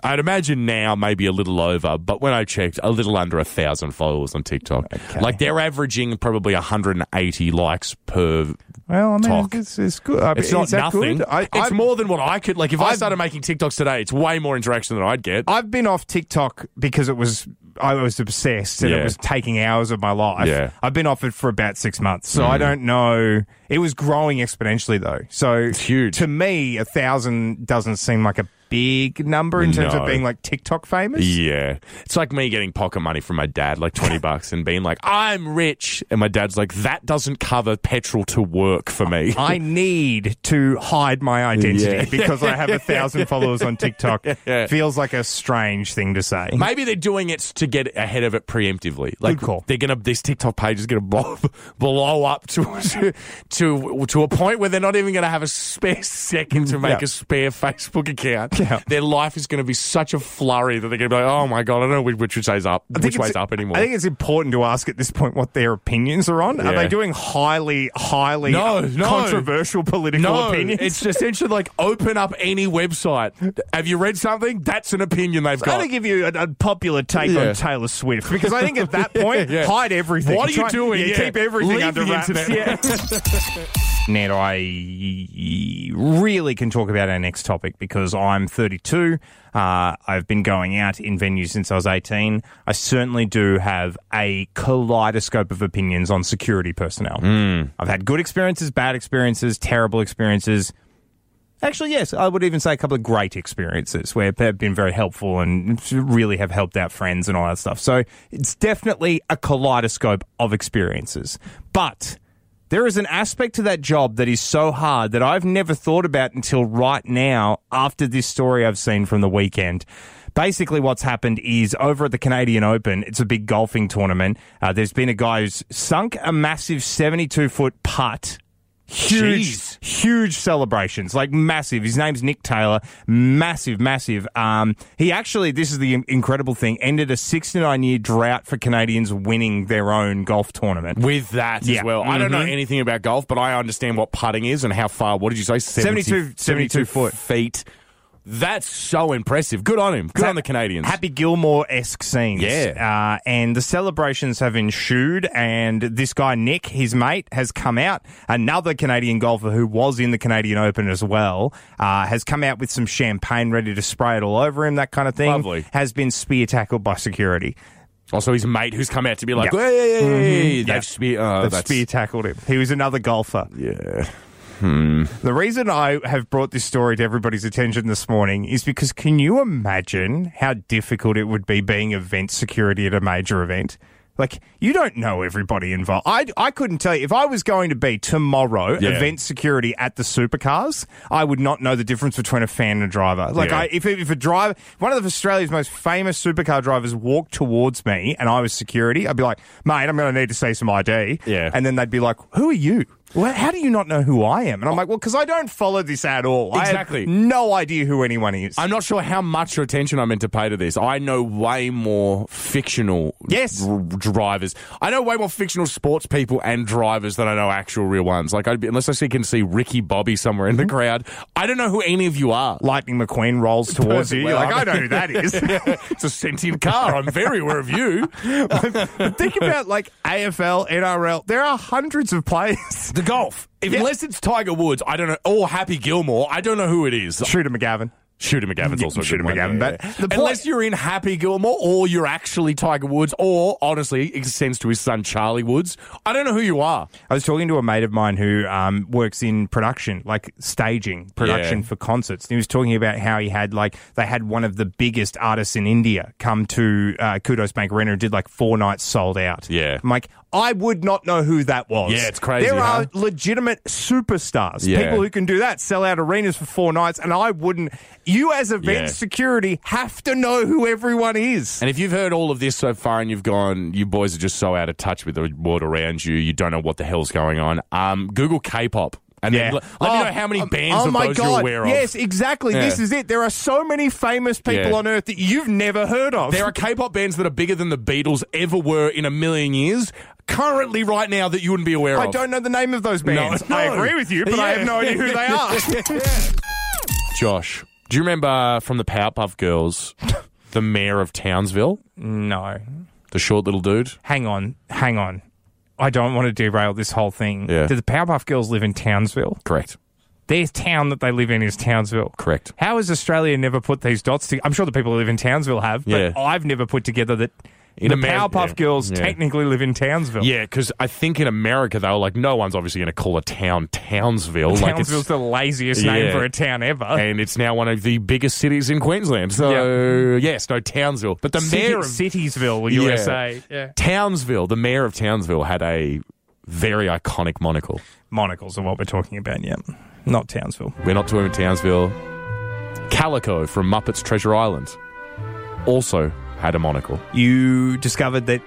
[SPEAKER 5] I'd imagine now maybe a little over, but when I checked, a little under a thousand followers on TikTok. Like they're averaging probably 180 likes per.
[SPEAKER 3] Well, I mean,
[SPEAKER 5] Talk.
[SPEAKER 3] It's, it's good. I-
[SPEAKER 5] It's
[SPEAKER 3] is
[SPEAKER 5] not
[SPEAKER 3] that
[SPEAKER 5] nothing.
[SPEAKER 3] Good? I,
[SPEAKER 5] it's
[SPEAKER 3] I've,
[SPEAKER 5] more than what I could. Like if i
[SPEAKER 3] I've-
[SPEAKER 5] started making TikToks today, it's way more interaction than I'd get.
[SPEAKER 3] I've been off TikTok because it was I was obsessed and it
[SPEAKER 5] Yeah.
[SPEAKER 3] was taking hours of my life.
[SPEAKER 5] Yeah. Mm.
[SPEAKER 3] I've been off it for about six months, so I don't know. It was growing exponentially though, so it's
[SPEAKER 5] huge.
[SPEAKER 3] To me, a thousand doesn't seem like a big number in terms of
[SPEAKER 5] No.
[SPEAKER 3] being like TikTok famous.
[SPEAKER 5] yeah, it's like me getting pocket money from my dad, like 20 bucks, and being like, "I'm rich," and my dad's like, "That doesn't cover petrol to work for me."
[SPEAKER 3] I need to hide my identity
[SPEAKER 5] Yeah.
[SPEAKER 3] because I have a thousand followers on TikTok. Feels like a strange thing to say.
[SPEAKER 5] Maybe they're doing it to get ahead of it preemptively. Like
[SPEAKER 3] call.
[SPEAKER 5] they're gonna this TikTok page is gonna blow, blow up to, to to to a point where they're not even gonna have a spare second to make
[SPEAKER 3] Yeah.
[SPEAKER 5] a spare Facebook account.
[SPEAKER 3] Yeah.
[SPEAKER 5] Their life is gonna be such a flurry that they're gonna be like, oh my god, I don't know which, which way's up,
[SPEAKER 3] I think
[SPEAKER 5] which
[SPEAKER 3] it's-
[SPEAKER 5] way's up anymore.
[SPEAKER 3] I think it's important to ask at this point what their opinions are on. Are
[SPEAKER 5] Yeah.
[SPEAKER 3] they doing highly, highly
[SPEAKER 5] No, no.
[SPEAKER 3] controversial political
[SPEAKER 5] no,
[SPEAKER 3] opinions?
[SPEAKER 5] it's essentially like open up any website. Have you read something? That's an opinion they've
[SPEAKER 3] I'm
[SPEAKER 5] got.
[SPEAKER 3] going to give you an unpopular take
[SPEAKER 5] Yeah.
[SPEAKER 3] on Taylor Swift because I think at that point,
[SPEAKER 5] Yeah.
[SPEAKER 3] hide everything.
[SPEAKER 5] What are you
[SPEAKER 3] Try-
[SPEAKER 5] doing?
[SPEAKER 3] Yeah,
[SPEAKER 5] Yeah.
[SPEAKER 3] Keep everything
[SPEAKER 5] Leave
[SPEAKER 3] under
[SPEAKER 5] the
[SPEAKER 3] wraps.
[SPEAKER 5] internet.
[SPEAKER 3] Yeah. Ned, I really can talk about our next topic because I'm 32. Uh, I've been going out in venues since I was 18. I certainly do have a kaleidoscope of opinions on security personnel. I've had good experiences, bad experiences, terrible experiences. Actually, yes, I would even say a couple of great experiences where they've been very helpful and really have helped out friends and all that stuff. So it's definitely a kaleidoscope of experiences. But there is an aspect to that job that is so hard that I've never thought about until right now after this story I've seen from the weekend. Basically, what's happened is over at the Canadian Open, it's a big golfing tournament. Uh, there's been a guy who's sunk a massive 72 foot putt huge,
[SPEAKER 5] Jeez.
[SPEAKER 3] huge celebrations, like massive. His name's Nick Taylor, massive, massive. Um, he actually, this is the in- incredible thing, ended a 69 year drought for Canadians winning their own golf tournament.
[SPEAKER 5] with that
[SPEAKER 3] Yeah.
[SPEAKER 5] as well. I don't know
[SPEAKER 3] Mhm.
[SPEAKER 5] anything about golf, but I understand what putting is and how far. What did you say? 70,
[SPEAKER 3] 72 foot.
[SPEAKER 5] feet. That's so impressive. Good on him. Good on the Canadians.
[SPEAKER 3] Happy Gilmore esque scenes.
[SPEAKER 5] Yeah.
[SPEAKER 3] Uh, and the celebrations have ensued, and this guy, Nick, his mate, has come out. Another Canadian golfer who was in the Canadian Open as well uh, has come out with some champagne ready to spray it all over him, that kind of thing.
[SPEAKER 5] Lovely.
[SPEAKER 3] Has been spear tackled by security.
[SPEAKER 5] Also, his mate who's come out to be like,
[SPEAKER 3] Yeah.
[SPEAKER 5] hey, they've
[SPEAKER 3] Yeah.
[SPEAKER 5] spear. Oh,
[SPEAKER 3] They've
[SPEAKER 5] that's-
[SPEAKER 3] spear tackled him. He was another golfer.
[SPEAKER 5] Yeah.
[SPEAKER 3] The reason I have brought this story to everybody's attention this morning is because can you imagine how difficult it would be being event security at a major event? Like, you don't know everybody involved. I, I couldn't tell you. If I was going to be tomorrow
[SPEAKER 5] Yeah.
[SPEAKER 3] event security at the supercars, I would not know the difference between a fan and a driver. Like,
[SPEAKER 5] Yeah.
[SPEAKER 3] I, if, if a driver, one of Australia's most famous supercar drivers walked towards me and I was security, I'd be like, mate, I'm going to need to see some ID.
[SPEAKER 5] Yeah.
[SPEAKER 3] And then they'd be like, who are you? Well, how do you not know who I am? And I'm like, well, because I don't follow this at all. I
[SPEAKER 5] Exactly.
[SPEAKER 3] have no idea who anyone is.
[SPEAKER 5] I'm not sure how much attention I'm meant to pay to this. I know way more fictional
[SPEAKER 3] Yes.
[SPEAKER 5] r- drivers. I know way more fictional sports people and drivers than I know actual real ones. Like, I'd be, unless I see, can see Ricky Bobby somewhere in
[SPEAKER 3] Mm-hmm.
[SPEAKER 5] the crowd, I don't know who any of you are.
[SPEAKER 3] Lightning McQueen rolls towards you. You're like, I know who that is.
[SPEAKER 5] it's a sentient car. I'm very aware of you.
[SPEAKER 3] But think about like AFL, NRL. There are hundreds of players.
[SPEAKER 5] The golf. If,
[SPEAKER 3] Yeah.
[SPEAKER 5] Unless it's Tiger Woods, I don't know, or Happy Gilmore, I don't know who it is.
[SPEAKER 3] Shooter McGavin.
[SPEAKER 5] Shooter McGavin's
[SPEAKER 3] Yeah,
[SPEAKER 5] also a
[SPEAKER 3] Shooter
[SPEAKER 5] good
[SPEAKER 3] McGavin,
[SPEAKER 5] One.
[SPEAKER 3] but the point-
[SPEAKER 5] unless you're in Happy Gilmore or you're actually Tiger Woods or honestly extends to his son Charlie Woods, I don't know who you are.
[SPEAKER 3] I was talking to a mate of mine who um, works in production, like staging production
[SPEAKER 5] Yeah.
[SPEAKER 3] for concerts. And he was talking about how he had like they had one of the biggest artists in India come to uh, Kudos Bank Arena and did like four nights sold out.
[SPEAKER 5] Yeah.
[SPEAKER 3] I'm like, I would not know who that was.
[SPEAKER 5] Yeah, it's crazy,
[SPEAKER 3] There
[SPEAKER 5] huh?
[SPEAKER 3] are legitimate superstars,
[SPEAKER 5] Yeah.
[SPEAKER 3] people who can do that, sell out arenas for four nights, and I wouldn't. You as event
[SPEAKER 5] Yeah.
[SPEAKER 3] security have to know who everyone is.
[SPEAKER 5] And if you've heard all of this so far and you've gone, you boys are just so out of touch with the world around you, you don't know what the hell's going on. Um, Google K-pop and then l- let me
[SPEAKER 3] Oh,
[SPEAKER 5] know how many
[SPEAKER 3] um,
[SPEAKER 5] bands
[SPEAKER 3] oh
[SPEAKER 5] of
[SPEAKER 3] my
[SPEAKER 5] those
[SPEAKER 3] God.
[SPEAKER 5] you're aware of.
[SPEAKER 3] Yes, exactly.
[SPEAKER 5] Yeah.
[SPEAKER 3] This is it. There are so many famous people
[SPEAKER 5] Yeah.
[SPEAKER 3] on earth that you've never heard of.
[SPEAKER 5] There are K-pop bands that are bigger than the Beatles ever were in a million years. Currently, right now, that you wouldn't be aware
[SPEAKER 3] I
[SPEAKER 5] of.
[SPEAKER 3] don't know the name of those bands.
[SPEAKER 5] No.
[SPEAKER 3] I
[SPEAKER 5] No.
[SPEAKER 3] agree with you, but I
[SPEAKER 5] Yeah.
[SPEAKER 3] have no idea who they are.
[SPEAKER 5] Josh, do you remember uh, from the Powerpuff Girls, the mayor of Townsville,
[SPEAKER 3] no.
[SPEAKER 5] the short little dude?
[SPEAKER 3] Hang on. Hang on. I don't want to derail this whole thing.
[SPEAKER 5] Yeah.
[SPEAKER 3] Do the Powerpuff Girls live in Townsville?
[SPEAKER 5] Correct.
[SPEAKER 3] Their town that they live in is Townsville.
[SPEAKER 5] Correct.
[SPEAKER 3] How has Australia never put these dots together? I'm sure the people who live in Townsville have, but
[SPEAKER 5] Yeah.
[SPEAKER 3] I've never put together that
[SPEAKER 5] In
[SPEAKER 3] the
[SPEAKER 5] Amer-
[SPEAKER 3] Powerpuff
[SPEAKER 5] yeah.
[SPEAKER 3] Girls
[SPEAKER 5] Yeah.
[SPEAKER 3] technically live in Townsville.
[SPEAKER 5] Yeah, because I think in America they were like, no one's obviously going to call a town Townsville. Like
[SPEAKER 3] Townsville's
[SPEAKER 5] it's,
[SPEAKER 3] the laziest name
[SPEAKER 5] Yeah.
[SPEAKER 3] for a town ever.
[SPEAKER 5] and it's now one of the biggest cities in Queensland. So yes, no Townsville, but the
[SPEAKER 3] City-
[SPEAKER 5] mayor of
[SPEAKER 3] Citiesville,
[SPEAKER 5] Yeah.
[SPEAKER 3] USA. Yeah.
[SPEAKER 5] Townsville, the mayor of Townsville, had a very iconic monocle.
[SPEAKER 3] Monocles are what we're talking about, yeah. Not Townsville.
[SPEAKER 5] We're not talking Townsville. Calico from Muppets Treasure Island also had a monocle.
[SPEAKER 3] You discovered that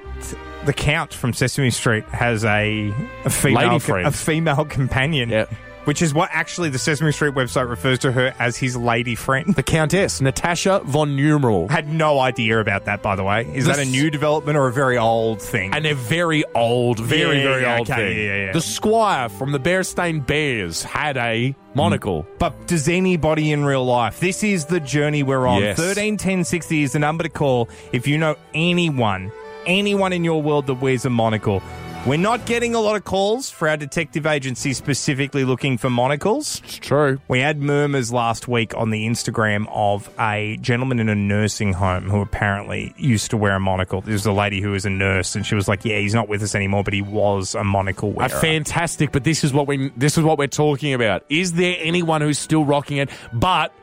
[SPEAKER 3] the Count from Sesame Street has a, a female
[SPEAKER 5] Lady friend.
[SPEAKER 3] a female companion.
[SPEAKER 5] Yeah.
[SPEAKER 3] Which is what actually the Sesame Street website refers to her as his lady friend.
[SPEAKER 5] The Countess, Natasha von Numeral.
[SPEAKER 3] Had no idea about that, by the way. Is
[SPEAKER 5] The
[SPEAKER 3] that a
[SPEAKER 5] s-
[SPEAKER 3] new development or a very old thing?
[SPEAKER 5] And they're very old, very,
[SPEAKER 3] Yeah,
[SPEAKER 5] very
[SPEAKER 3] yeah,
[SPEAKER 5] old
[SPEAKER 3] okay,
[SPEAKER 5] thing.
[SPEAKER 3] yeah, yeah, yeah.
[SPEAKER 5] The Squire from the Bearstain Bears had a monocle.
[SPEAKER 3] But does anybody in real life? This is the journey we're on.
[SPEAKER 5] Yes.
[SPEAKER 3] Thirteen ten sixty is the number to call if you know anyone, anyone in your world that wears a monocle. We're not getting a lot of calls for our detective agency specifically looking for monocles.
[SPEAKER 5] It's true.
[SPEAKER 3] We had murmurs last week on the Instagram of a gentleman in a nursing home who apparently used to wear a monocle. There was a lady who was a nurse, and she was like, "Yeah, he's not with us anymore, but he was a monocle
[SPEAKER 5] A
[SPEAKER 3] wearer."
[SPEAKER 5] fantastic, but this is what we this is what we're talking about. Is there anyone who's still rocking it? But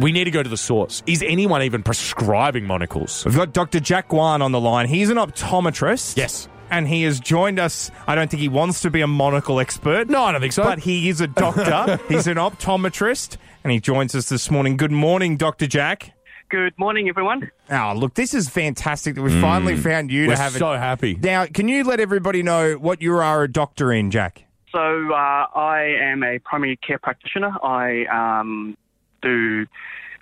[SPEAKER 5] we need to go to the source. Is anyone even prescribing monocles?
[SPEAKER 3] We've got Dr. Jack Guan on the line. He's an optometrist.
[SPEAKER 5] Yes.
[SPEAKER 3] And he has joined us. I don't think he wants to be a monocle expert.
[SPEAKER 5] No, I don't think so.
[SPEAKER 3] But he is a doctor. He's an optometrist. And he joins us this morning. Good morning, Dr. Jack.
[SPEAKER 7] Good morning, everyone.
[SPEAKER 3] Oh, look, this is fantastic that we finally found you
[SPEAKER 5] We're
[SPEAKER 3] to have
[SPEAKER 5] so
[SPEAKER 3] it.
[SPEAKER 5] happy.
[SPEAKER 3] Now, can you let everybody know what you are a doctor in, Jack?
[SPEAKER 7] So uh, I am a primary care practitioner. I um, do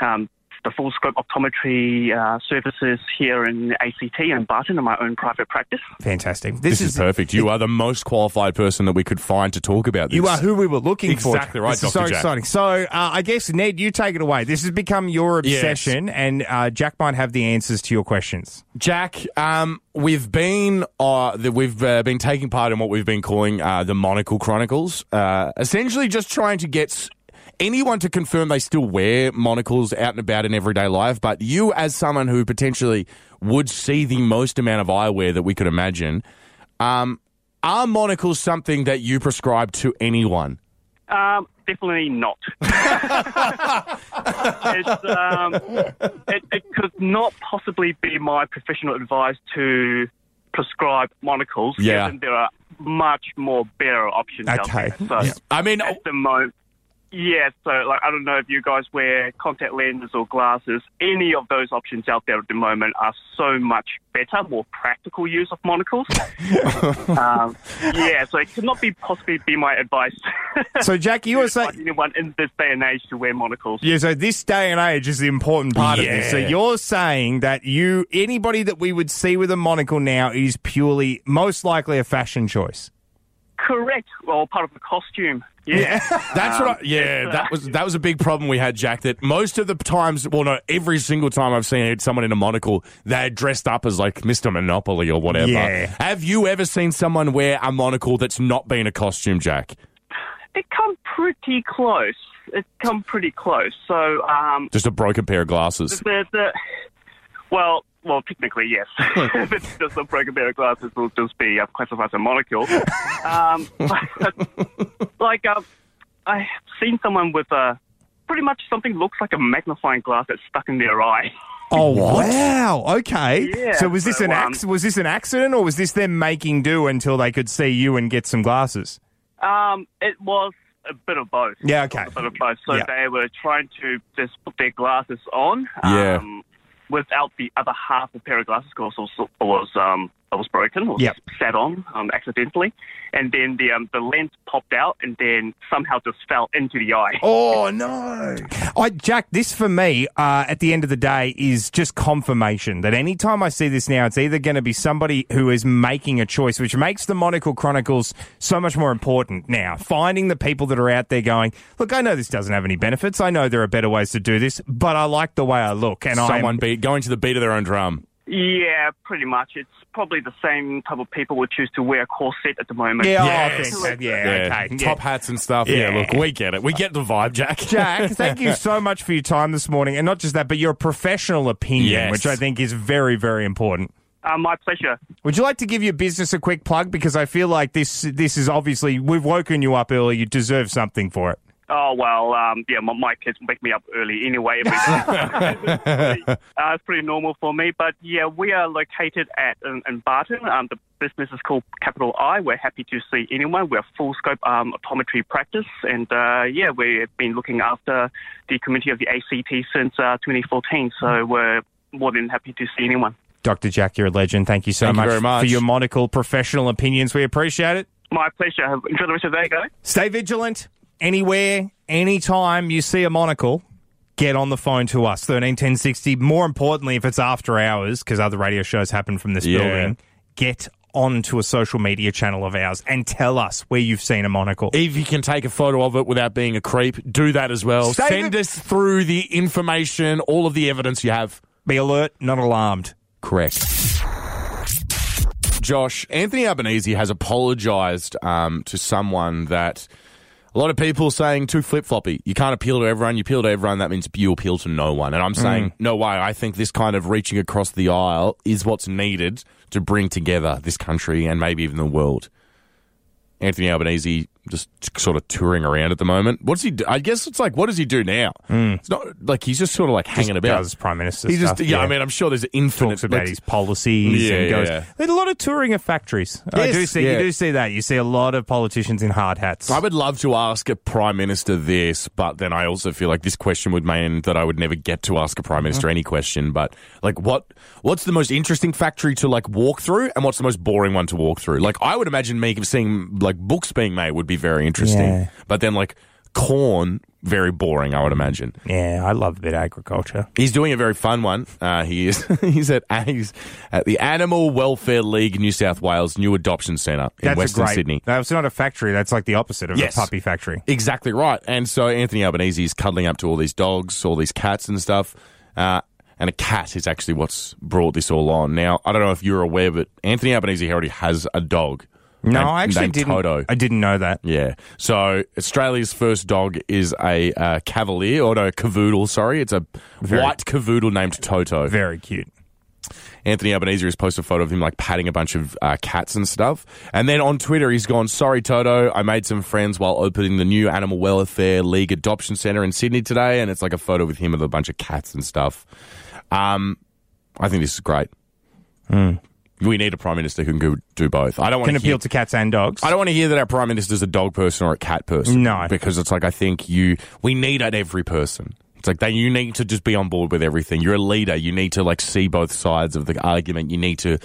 [SPEAKER 7] um, the full scope optometry uh, services here in ACT and Barton in my own private practice.
[SPEAKER 3] Fantastic. This,
[SPEAKER 5] This is perfect. You are the most qualified person that we could find to talk about this.
[SPEAKER 3] You are who we were looking for.
[SPEAKER 5] Exactly right,
[SPEAKER 3] This is
[SPEAKER 5] Dr.
[SPEAKER 3] so
[SPEAKER 5] Jack.
[SPEAKER 3] exciting. So uh, I guess Ned, you take it away. This has become your
[SPEAKER 5] Yes.
[SPEAKER 3] obsession, and uh, Jack might have the answers to your questions.
[SPEAKER 5] Jack, um, we've been uh, the, we've uh, been taking part in what we've been calling uh, the Monocle Chronicles, uh, essentially just trying to get s- anyone to confirm they still wear monocles out and about in everyday life. But you, as someone who potentially would see the most amount of eyewear that we could imagine, um, are monocles something that you prescribe to anyone?
[SPEAKER 7] Um, definitely not. it's, um, it, it could not possibly be my professional advice to prescribe monocles,
[SPEAKER 5] Yeah.
[SPEAKER 7] given there are much more better options
[SPEAKER 3] Okay.
[SPEAKER 7] out there. So
[SPEAKER 5] I mean,
[SPEAKER 7] at the moment, yeah. So like, I don't know if you guys wear contact lenses or glasses. Any of those options out there at the moment are so much better, more practical use of monocles. um, yeah. So it could not be possibly be my advice.
[SPEAKER 3] So Jack, you
[SPEAKER 7] to
[SPEAKER 3] were saying.
[SPEAKER 7] anyone in this day and age to wear monocles.
[SPEAKER 3] Yeah, so this day and age is the important part of this. So
[SPEAKER 5] Yeah.
[SPEAKER 3] you're saying that you anybody that we would see with a monocle now is purely most likely a fashion choice.
[SPEAKER 7] Correct. Well, part of the costume.
[SPEAKER 3] Yeah.
[SPEAKER 5] That's
[SPEAKER 3] Um,
[SPEAKER 5] what. I, yeah, that was that was a big problem we had, Jack. That most of the times, well, no, every single time I've seen someone in a monocle, they're dressed up as like Mister Monopoly or whatever.
[SPEAKER 3] Yeah.
[SPEAKER 5] Have you ever seen someone wear a monocle that's not been a costume, Jack?
[SPEAKER 7] It come pretty close. It come pretty close. So um,
[SPEAKER 5] Just a broken pair of glasses.
[SPEAKER 7] the, the uh, well, well, technically yes. if it's just a broken pair of glasses, it'll just be uh, classified as a monocle. um, but, like uh, I've seen someone with a pretty much something looks like a magnifying glass that's stuck in their eye.
[SPEAKER 3] Oh wow! Okay.
[SPEAKER 7] Yeah,
[SPEAKER 3] so was this
[SPEAKER 7] so,
[SPEAKER 3] an
[SPEAKER 7] um,
[SPEAKER 3] ac- was this an accident or was this them making do until they could see you and get some glasses?
[SPEAKER 7] Um, it was a bit of both.
[SPEAKER 3] Yeah, okay.
[SPEAKER 7] A bit of both. So
[SPEAKER 3] Yeah.
[SPEAKER 7] they were trying to just put their glasses on.
[SPEAKER 5] Yeah.
[SPEAKER 7] Um, without the other half of a pair of glasses, because was was um it was broken or
[SPEAKER 3] Yep.
[SPEAKER 7] sat on um, accidentally, and then the um, the lens popped out and then somehow just fell into the eye.
[SPEAKER 3] Oh no! I, Jack, this for me uh, at the end of the day is just confirmation that any time I see this now, it's either going to be somebody who is making a choice, which makes the Monocle Chronicles so much more important now. Finding the people that are out there going, look, I know this doesn't have any benefits. I know there are better ways to do this, but I like the way I look, and I
[SPEAKER 5] Someone be, going to the beat of their own drum.
[SPEAKER 7] Yeah, pretty much. It's probably the same type of people would choose to wear a corset at the moment.
[SPEAKER 3] Yeah,
[SPEAKER 5] Yes.
[SPEAKER 3] I think, yeah, okay, yeah.
[SPEAKER 5] Top hats and stuff. Yeah.
[SPEAKER 3] Yeah.
[SPEAKER 5] look, we get it. We get the vibe, Jack.
[SPEAKER 3] Jack, thank you so much for your time this morning. And not just that, but your professional opinion,
[SPEAKER 5] Yes.
[SPEAKER 3] which I think is very, very important.
[SPEAKER 7] Uh, my pleasure.
[SPEAKER 3] Would you like to give your business a quick plug? Because I feel like this this is obviously we've woken you up early. You deserve something for it.
[SPEAKER 7] Oh well, um, yeah, my, my kids wake me up early anyway. Every day. uh, it's pretty normal for me, but yeah, we are located at in, in Barton. Um, the business is called Capital I. We're happy to see anyone. We're full scope um, optometry practice, and uh, yeah, we've been looking after the community of the ACT since uh, 2014. So we're more than happy to see anyone.
[SPEAKER 3] Dr. Jack, you're a legend. Thank you so
[SPEAKER 5] Thank you
[SPEAKER 3] much,
[SPEAKER 5] very much.
[SPEAKER 3] for your monocle professional opinions. We appreciate it.
[SPEAKER 7] My pleasure. Have- Enjoy the rest of the day, guys.
[SPEAKER 3] Stay vigilant. Anywhere, anytime you see a monocle, get on the phone to us. 13 10 60. More importantly, if it's after hours, because other radio shows happen from this
[SPEAKER 5] Yeah.
[SPEAKER 3] building, get onto a social media channel of ours and tell us where you've seen a monocle.
[SPEAKER 5] If you can take a photo of it without being a creep, do that as well.
[SPEAKER 3] Save
[SPEAKER 5] Send
[SPEAKER 3] it.
[SPEAKER 5] us through the information, all of the evidence you have.
[SPEAKER 3] Be alert, not alarmed.
[SPEAKER 5] Correct. Josh, Anthony Albanese has apologised um, to someone that a lot of people are saying too flip floppy. You can't appeal to everyone. You appeal to everyone, that means you appeal to no one. And I'm saying, no way. I think this kind of reaching across the aisle is what's needed to bring together this country and maybe even the world. Anthony Albanese just sort of touring around at the moment. What's he do? I guess it's like, what does he do now? It's not like he's Mm. just sort of like hanging about.
[SPEAKER 3] does Prime Minister
[SPEAKER 5] He just,
[SPEAKER 3] stuff,
[SPEAKER 5] yeah, I
[SPEAKER 3] yeah.
[SPEAKER 5] mean, I'm sure there's infinite.
[SPEAKER 3] talks about
[SPEAKER 5] like,
[SPEAKER 3] his policies
[SPEAKER 5] Yeah,
[SPEAKER 3] and goes.
[SPEAKER 5] yeah.
[SPEAKER 3] There's a lot of touring of factories. I
[SPEAKER 5] Yes,
[SPEAKER 3] do see
[SPEAKER 5] yeah.
[SPEAKER 3] you do see that. You see a lot of politicians in hard hats.
[SPEAKER 5] I would love to ask a prime minister this, but then I also feel like this question would mean that I would never get to ask a prime minister
[SPEAKER 3] Mm-hmm.
[SPEAKER 5] any question. But like, what what's the most interesting factory to like walk through, and what's the most boring one to walk through? Like, I would imagine me seeing like books being made would be very interesting,
[SPEAKER 3] Yeah.
[SPEAKER 5] but then like corn very boring, I would imagine.
[SPEAKER 3] Yeah, I love a bit of agriculture.
[SPEAKER 5] He's doing a very fun one. Uh, he is. He's at he's at the Animal Welfare League New South Wales New Adoption Centre in
[SPEAKER 3] That's
[SPEAKER 5] Western
[SPEAKER 3] a great.
[SPEAKER 5] Sydney.
[SPEAKER 3] That's not a factory. That's like the opposite of
[SPEAKER 5] Yes.
[SPEAKER 3] a puppy factory.
[SPEAKER 5] Exactly right. And so Anthony Albanese is cuddling up to all these dogs, all these cats and stuff. Uh, and a cat is actually what's brought this all on. Now, I don't know if you're aware, but Anthony Albanese already has a dog.
[SPEAKER 3] No,
[SPEAKER 5] named-
[SPEAKER 3] I actually
[SPEAKER 5] named
[SPEAKER 3] didn't.
[SPEAKER 5] Toto.
[SPEAKER 3] I didn't know that.
[SPEAKER 5] Yeah. So Australia's first dog is a uh, cavalier, or no, cavoodle, sorry. It's a white cavoodle named Toto.
[SPEAKER 3] Very cute.
[SPEAKER 5] Anthony Albanese has posted a photo of him like patting a bunch of uh, cats and stuff. And then on Twitter, he's gone, Sorry, Toto, I made some friends while opening the new Animal Welfare League Adoption Centre in Sydney today. And it's like a photo with him with a bunch of cats and stuff. Um, I think this is great. We need a Prime Minister who can go- do both. I don't want
[SPEAKER 3] Can
[SPEAKER 5] to
[SPEAKER 3] appeal to cats and dogs.
[SPEAKER 5] I don't want to hear that our prime minister's a dog person or a cat person.
[SPEAKER 3] No.
[SPEAKER 5] because it's like I think you we need at every person. It's like they you need to just be on board with everything. You're a leader. You need to like see both sides of the argument. You need to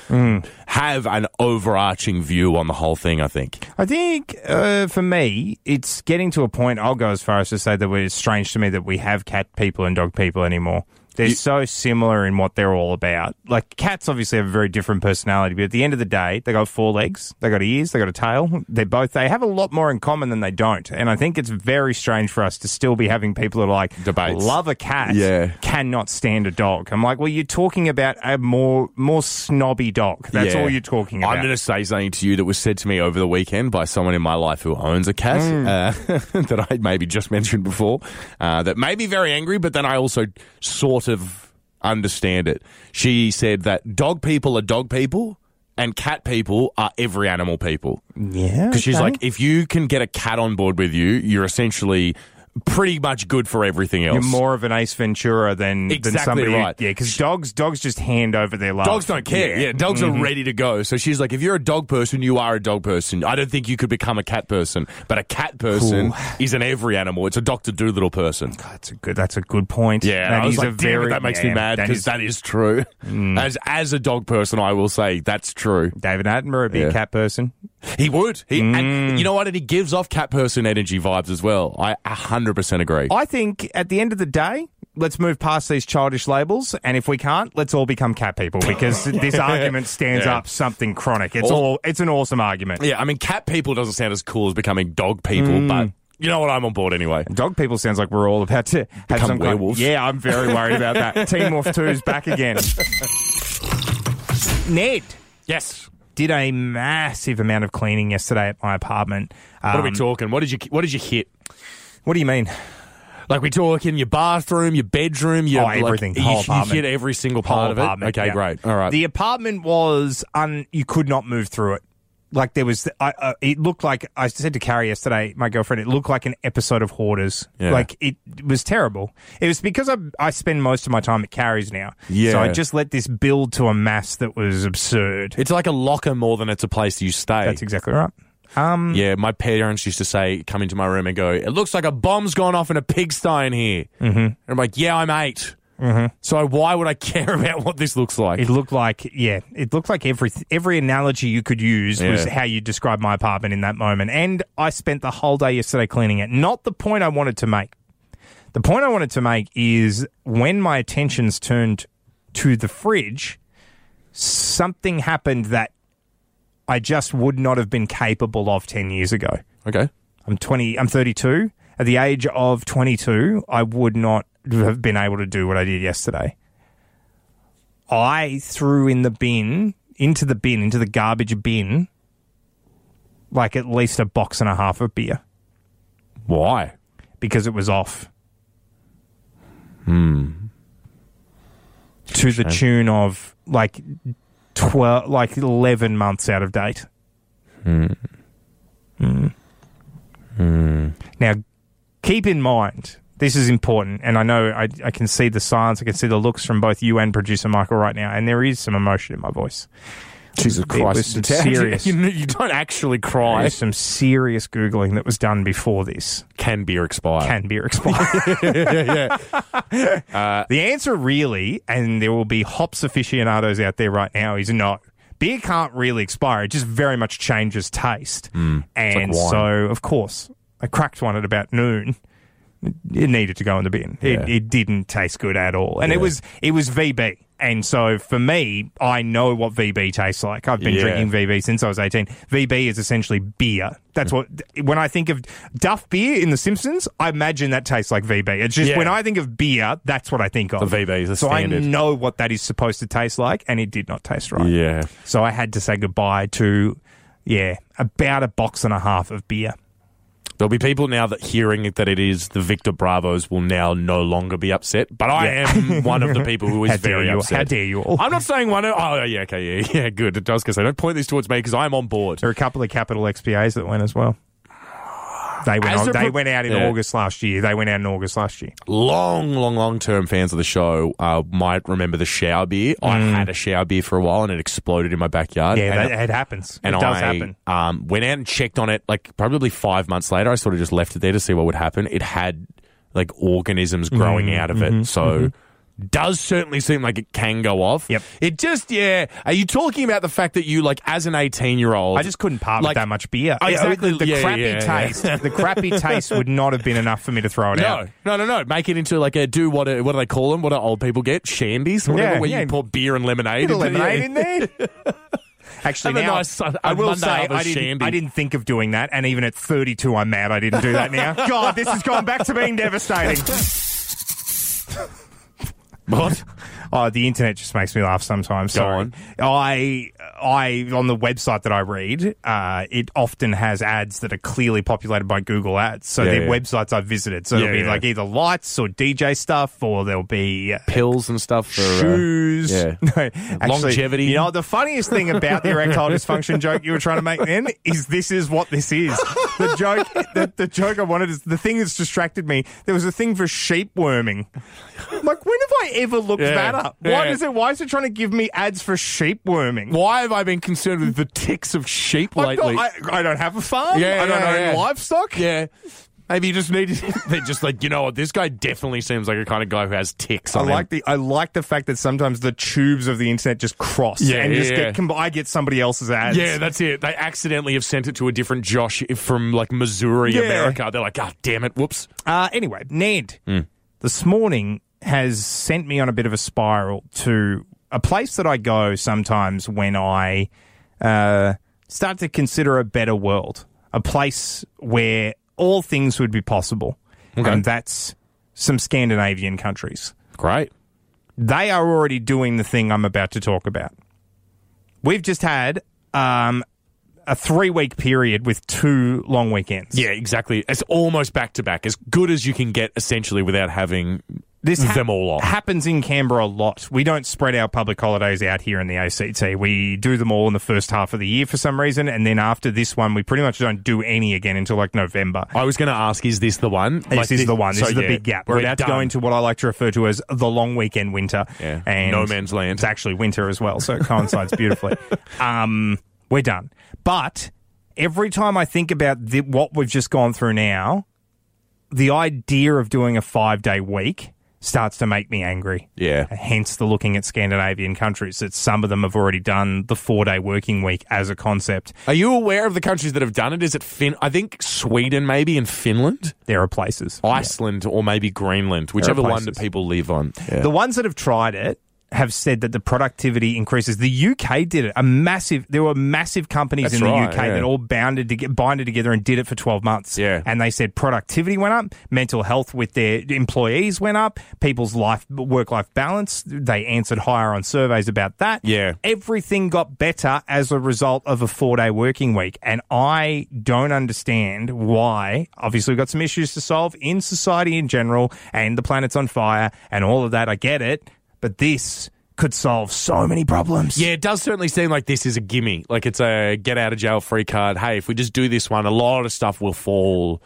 [SPEAKER 5] have an overarching view on the whole thing. I think.
[SPEAKER 3] I think uh, for me, it's getting to a point. I'll go as far as to say that it's strange to me that we have cat people and dog people anymore. They're so similar in what they're all about. Like cats, obviously, have a very different personality, but at the end of the day, they got four legs, they got ears, they got a tail. They are both they have a lot more in common than they don't, and I think it's very strange for us to still be having people that are like
[SPEAKER 5] Debates.
[SPEAKER 3] love a cat,
[SPEAKER 5] Yeah.
[SPEAKER 3] cannot stand a dog. I'm like, well, you're talking about a more more snobby dog. That's
[SPEAKER 5] Yeah.
[SPEAKER 3] all you're talking about.
[SPEAKER 5] I'm going to say something to you that was said to me over the weekend by someone in my life who owns a cat
[SPEAKER 3] Hmm.
[SPEAKER 5] uh, that I maybe just mentioned before uh, that made me very angry, but then I also sort of understand it. She said that dog people are dog people and cat people are every animal people.
[SPEAKER 3] yeah,
[SPEAKER 5] Because she's
[SPEAKER 3] okay.
[SPEAKER 5] like, if you can get a cat on board with you, you're essentially pretty much good for everything else.
[SPEAKER 3] You're more of an Ace Ventura than
[SPEAKER 5] Exactly
[SPEAKER 3] than somebody who-
[SPEAKER 5] right.
[SPEAKER 3] yeah, because dogs dogs just hand over their life.
[SPEAKER 5] Dogs don't care. Yeah, dogs
[SPEAKER 3] Mm-hmm.
[SPEAKER 5] are ready to go. So she's like, if you're a dog person, you are a dog person. I don't think you could become a cat person, but a cat person is an every animal. It's a Doctor Doolittle person.
[SPEAKER 3] That's a good. That's a good point.
[SPEAKER 5] Yeah,
[SPEAKER 3] that
[SPEAKER 5] I was
[SPEAKER 3] is
[SPEAKER 5] like,
[SPEAKER 3] a
[SPEAKER 5] "Damn it,
[SPEAKER 3] very
[SPEAKER 5] that makes
[SPEAKER 3] yeah,
[SPEAKER 5] me mad
[SPEAKER 3] that
[SPEAKER 5] because
[SPEAKER 3] is- Mm.
[SPEAKER 5] that is true. As as a dog person, I will say that's true.
[SPEAKER 3] David Attenborough would be
[SPEAKER 5] Yeah.
[SPEAKER 3] a cat person.
[SPEAKER 5] He would. He,
[SPEAKER 3] Mm.
[SPEAKER 5] and you know what? And he gives off cat person energy vibes as well. I 100% agree.
[SPEAKER 3] I think at the end of the day, let's move past these childish labels, and if we can't, let's all become cat people because this argument stands
[SPEAKER 5] Yeah.
[SPEAKER 3] up something chronic. It's
[SPEAKER 5] All-
[SPEAKER 3] all. It's an awesome argument.
[SPEAKER 5] yeah, I mean, cat people doesn't sound as cool as becoming dog people,
[SPEAKER 3] Mm.
[SPEAKER 5] but you know what? I'm on board anyway.
[SPEAKER 3] Dog people sounds like we're all about to have
[SPEAKER 5] Become
[SPEAKER 3] some
[SPEAKER 5] werewolves.
[SPEAKER 3] Kind yeah, I'm very worried about that. Team Wolf Two is back again. Ned
[SPEAKER 5] Yes.
[SPEAKER 3] did a massive amount of cleaning yesterday at my apartment. Uh,
[SPEAKER 5] What are we
[SPEAKER 3] Um,
[SPEAKER 5] talking? What did you What did you hit?
[SPEAKER 3] What do you mean?
[SPEAKER 5] Like we talking your bathroom, your bedroom, your
[SPEAKER 3] Oh,
[SPEAKER 5] like,
[SPEAKER 3] everything.
[SPEAKER 5] you-
[SPEAKER 3] Whole
[SPEAKER 5] you,
[SPEAKER 3] apartment.
[SPEAKER 5] hit every single
[SPEAKER 3] Whole
[SPEAKER 5] part of it.
[SPEAKER 3] apartment,
[SPEAKER 5] Okay,
[SPEAKER 3] yeah.
[SPEAKER 5] great. All right.
[SPEAKER 3] The apartment was un. You could not move through it. Like there was, I, uh, it looked like I said to Carrie yesterday, my girlfriend, it looked like an episode of Hoarders.
[SPEAKER 5] Yeah.
[SPEAKER 3] Like it was terrible. It was because I I spend most of my time at Carrie's now,
[SPEAKER 5] Yeah.
[SPEAKER 3] So I just let this build to a mass that was absurd.
[SPEAKER 5] it's like a locker more than it's a place you stay.
[SPEAKER 3] That's exactly right.
[SPEAKER 5] yeah, my parents used to say, come into my room and go, it looks like a bomb's gone off in a pigsty in here. Mm-hmm. And I'm like, yeah, I'm 8 Mm-hmm. So why would I care about what this looks like?
[SPEAKER 3] It looked like, yeah, it looked like every every analogy you could use was
[SPEAKER 5] Yeah.
[SPEAKER 3] how you described my apartment in that moment. And I spent the whole day yesterday cleaning it. Not the point I wanted to make. The point I wanted to make is when my attention's turned to the fridge, something happened that I just would not have been capable of ten years ago.
[SPEAKER 5] okay.
[SPEAKER 3] I'm 20. I'm 32. At the age of 22, I would not have been able to do what I did yesterday. I threw in the bin, into the bin, into the garbage bin, like at least a box and a half of beer
[SPEAKER 5] Why?
[SPEAKER 3] because it was off. Hmm. To the tune of like twelve, like eleven months out of date. Hmm.
[SPEAKER 5] Hmm.
[SPEAKER 3] Now, keep in mind this is important, and I know I, I can see the silence, I can see the looks from both you and producer Michael right now, and there is some emotion in my voice.
[SPEAKER 5] Jesus
[SPEAKER 3] Christ,
[SPEAKER 5] It was
[SPEAKER 3] it's serious.
[SPEAKER 5] You, you don't actually cry.
[SPEAKER 3] There's some serious googling that was done before this.
[SPEAKER 5] Can beer expire?
[SPEAKER 3] can beer expired.
[SPEAKER 5] Uh,
[SPEAKER 3] the answer really, and there will be hops aficionados out there right now, is no. Beer can't really expire. It just very much changes taste. and
[SPEAKER 5] Hmm. wine.
[SPEAKER 3] so, of course, I cracked one at about noon. it needed to go in the bin. It,
[SPEAKER 5] Yeah.
[SPEAKER 3] it didn't taste good at all, and it
[SPEAKER 5] Yeah.
[SPEAKER 3] was it was VB. And so for me, I know what VB tastes like. I've been
[SPEAKER 5] Yeah.
[SPEAKER 3] drinking VB since I was eighteen. VB is essentially beer. That's what when I think of Duff beer in The Simpsons, I imagine that tastes like VB. It's just
[SPEAKER 5] Yeah.
[SPEAKER 3] when I think of beer, that's what I think of.
[SPEAKER 5] The VB is the
[SPEAKER 3] so
[SPEAKER 5] standard.
[SPEAKER 3] I know what that is supposed to taste like, and it did not taste right.
[SPEAKER 5] Yeah.
[SPEAKER 3] So I had to say goodbye to, yeah, about a box and a half of beer.
[SPEAKER 5] There'll be people now that hearing it, that it is the Victor Bravos will now no longer be upset. But I
[SPEAKER 3] Yeah.
[SPEAKER 5] am one of the people who is
[SPEAKER 3] How dare
[SPEAKER 5] very
[SPEAKER 3] you.
[SPEAKER 5] upset.
[SPEAKER 3] How dare you all.
[SPEAKER 5] I'm not saying one. Of, oh yeah, okay, yeah, yeah, good. It does because I don't point this towards me because I'm on board.
[SPEAKER 3] There are a couple of capital XPAs that went as well. They went,
[SPEAKER 5] As
[SPEAKER 3] on,
[SPEAKER 5] a
[SPEAKER 3] they
[SPEAKER 5] pro-
[SPEAKER 3] went out in
[SPEAKER 5] Yeah.
[SPEAKER 3] August last year. They went out in August last year.
[SPEAKER 5] long, long, long term fans of the show uh, might remember the shower beer. I had a shower beer for a while and it exploded in my backyard.
[SPEAKER 3] Mm. Yeah,
[SPEAKER 5] and
[SPEAKER 3] that, it happens.
[SPEAKER 5] and
[SPEAKER 3] it does
[SPEAKER 5] I
[SPEAKER 3] happen.
[SPEAKER 5] Um, went out and checked on it like probably five months later. I sort of just left it there to see what would happen. It had like organisms
[SPEAKER 3] Mm-hmm.
[SPEAKER 5] growing out of it. So. Does certainly seem like it can go off.
[SPEAKER 3] Yep.
[SPEAKER 5] It just, yeah. Are you talking about the fact that you, like, as an 18 year old.
[SPEAKER 3] I just couldn't part
[SPEAKER 5] like-
[SPEAKER 3] with that much beer.
[SPEAKER 5] Oh,
[SPEAKER 3] Yeah,
[SPEAKER 5] exactly.
[SPEAKER 3] The, the
[SPEAKER 5] Yeah,
[SPEAKER 3] crappy
[SPEAKER 5] yeah, yeah.
[SPEAKER 3] taste. The crappy taste would not have been enough for me to throw it
[SPEAKER 5] No,
[SPEAKER 3] out.
[SPEAKER 5] no, no, no. Make it into like a do what? do- what do they call them? What do old people get? Shandies, whatever.
[SPEAKER 3] Yeah,
[SPEAKER 5] where
[SPEAKER 3] yeah.
[SPEAKER 5] you pour beer and lemonade.
[SPEAKER 3] Bit of
[SPEAKER 5] into the-
[SPEAKER 3] lemonade in there. Actually,
[SPEAKER 5] Have a
[SPEAKER 3] now
[SPEAKER 5] nice- a
[SPEAKER 3] I will
[SPEAKER 5] Monday
[SPEAKER 3] say
[SPEAKER 5] have a
[SPEAKER 3] I didn't,
[SPEAKER 5] shandy.
[SPEAKER 3] I didn't think of doing that, and even at 32, I'm mad I didn't do that. Now, God, this has gone back to being devastating.
[SPEAKER 5] What?
[SPEAKER 3] Oh, the internet just makes me laugh sometimes.
[SPEAKER 5] Go
[SPEAKER 3] Sorry.
[SPEAKER 5] on.
[SPEAKER 3] I, I, on the website that I read, uh, it often has ads that are clearly populated by Google ads. So
[SPEAKER 5] Yeah,
[SPEAKER 3] they're
[SPEAKER 5] yeah.
[SPEAKER 3] websites I've visited. So
[SPEAKER 5] Yeah,
[SPEAKER 3] there'll be
[SPEAKER 5] yeah.
[SPEAKER 3] like either lights or DJ stuff, or there'll be uh,
[SPEAKER 5] Pills and stuff. For, uh,
[SPEAKER 3] shoes.
[SPEAKER 5] yeah.
[SPEAKER 3] No, actually,
[SPEAKER 5] Longevity.
[SPEAKER 3] You know, the funniest thing about the erectile dysfunction joke you were trying to make then is this is what this is. The joke, the, the joke I wanted is the thing that's distracted me. There was a thing for sheep worming. I'm Like, when have I ever looked
[SPEAKER 5] Yeah.
[SPEAKER 3] that up? Why
[SPEAKER 5] Yeah.
[SPEAKER 3] is it? Why is it trying to give me ads for sheep worming?
[SPEAKER 5] why have I been concerned with the ticks of sheep
[SPEAKER 3] I'm not-
[SPEAKER 5] lately?
[SPEAKER 3] I, I don't have a farm.
[SPEAKER 5] Yeah,
[SPEAKER 3] I don't
[SPEAKER 5] yeah,
[SPEAKER 3] own
[SPEAKER 5] yeah.
[SPEAKER 3] livestock.
[SPEAKER 5] yeah. Maybe you just need. They're just like you know what? This guy definitely seems like a kind of guy who has ticks.
[SPEAKER 3] I
[SPEAKER 5] On
[SPEAKER 3] like the I like the fact that sometimes the tubes of the internet just cross
[SPEAKER 5] Yeah,
[SPEAKER 3] and
[SPEAKER 5] yeah,
[SPEAKER 3] just
[SPEAKER 5] yeah.
[SPEAKER 3] get com- I get somebody else's ads.
[SPEAKER 5] Him. Yeah, that's it. They accidentally have sent it to a different Josh from like Missouri,
[SPEAKER 3] Yeah.
[SPEAKER 5] America. They're like, God damn it! Whoops.
[SPEAKER 3] Uh, anyway, Ned,
[SPEAKER 5] Hmm.
[SPEAKER 3] this morning has sent me on a bit of a spiral to a place that I go sometimes when I uh, start to consider a better world, a place where all things would be possible. And that's some Scandinavian countries.
[SPEAKER 5] Great.
[SPEAKER 3] They are already doing the thing I'm about to talk about. We've just had um, a three week period with two long weekends.
[SPEAKER 5] Yeah, exactly. It's almost back to back, as good as you can get essentially without having
[SPEAKER 3] this hap-
[SPEAKER 5] them all off.
[SPEAKER 3] happens in Canberra a lot. We don't spread our public holidays out here in the ACT. We do them all in the first half of the year for some reason, and then after this one, we pretty much don't do any again until like November.
[SPEAKER 5] I was going to ask, is this the one?
[SPEAKER 3] This is the one. This is the big gap. We're, about to go into what I like to refer to as the long weekend winter.
[SPEAKER 5] Yeah.
[SPEAKER 3] And
[SPEAKER 5] No man's land.
[SPEAKER 3] It's actually winter as well, so it coincides beautifully. um, we're done. But every time I think about the, what we've just gone through now, the idea of doing a five day week starts to make me angry.
[SPEAKER 5] Yeah.
[SPEAKER 3] Hence the looking at Scandinavian countries that some of them have already done the four day working week as a concept.
[SPEAKER 5] Are you aware of the countries that have done it? Is it Fin? I think Sweden, maybe, and Finland,
[SPEAKER 3] There are places.
[SPEAKER 5] Iceland, or maybe Greenland, whichever one
[SPEAKER 3] places.
[SPEAKER 5] that people live on.
[SPEAKER 3] The ones that have tried it have said that the productivity increases. The UK did it. A massive, there were massive companies in
[SPEAKER 5] That's
[SPEAKER 3] the
[SPEAKER 5] right,
[SPEAKER 3] UK
[SPEAKER 5] yeah.
[SPEAKER 3] that all bounded to get binded together and did it for twelve months.
[SPEAKER 5] Yeah.
[SPEAKER 3] and they said productivity went up, mental health with their employees went up, people's life work life balance. They answered higher on surveys about that.
[SPEAKER 5] Yeah.
[SPEAKER 3] everything got better as a result of a four day working week, and I don't understand why. Obviously, we've got some issues to solve in society in general, and the planet's on fire, and all of that. I get it, but this could solve so many problems.
[SPEAKER 5] Yeah, it does certainly seem like this is a gimme. Like it's a get out of jail free card. Hey, if we just do this one, a lot of stuff will fall.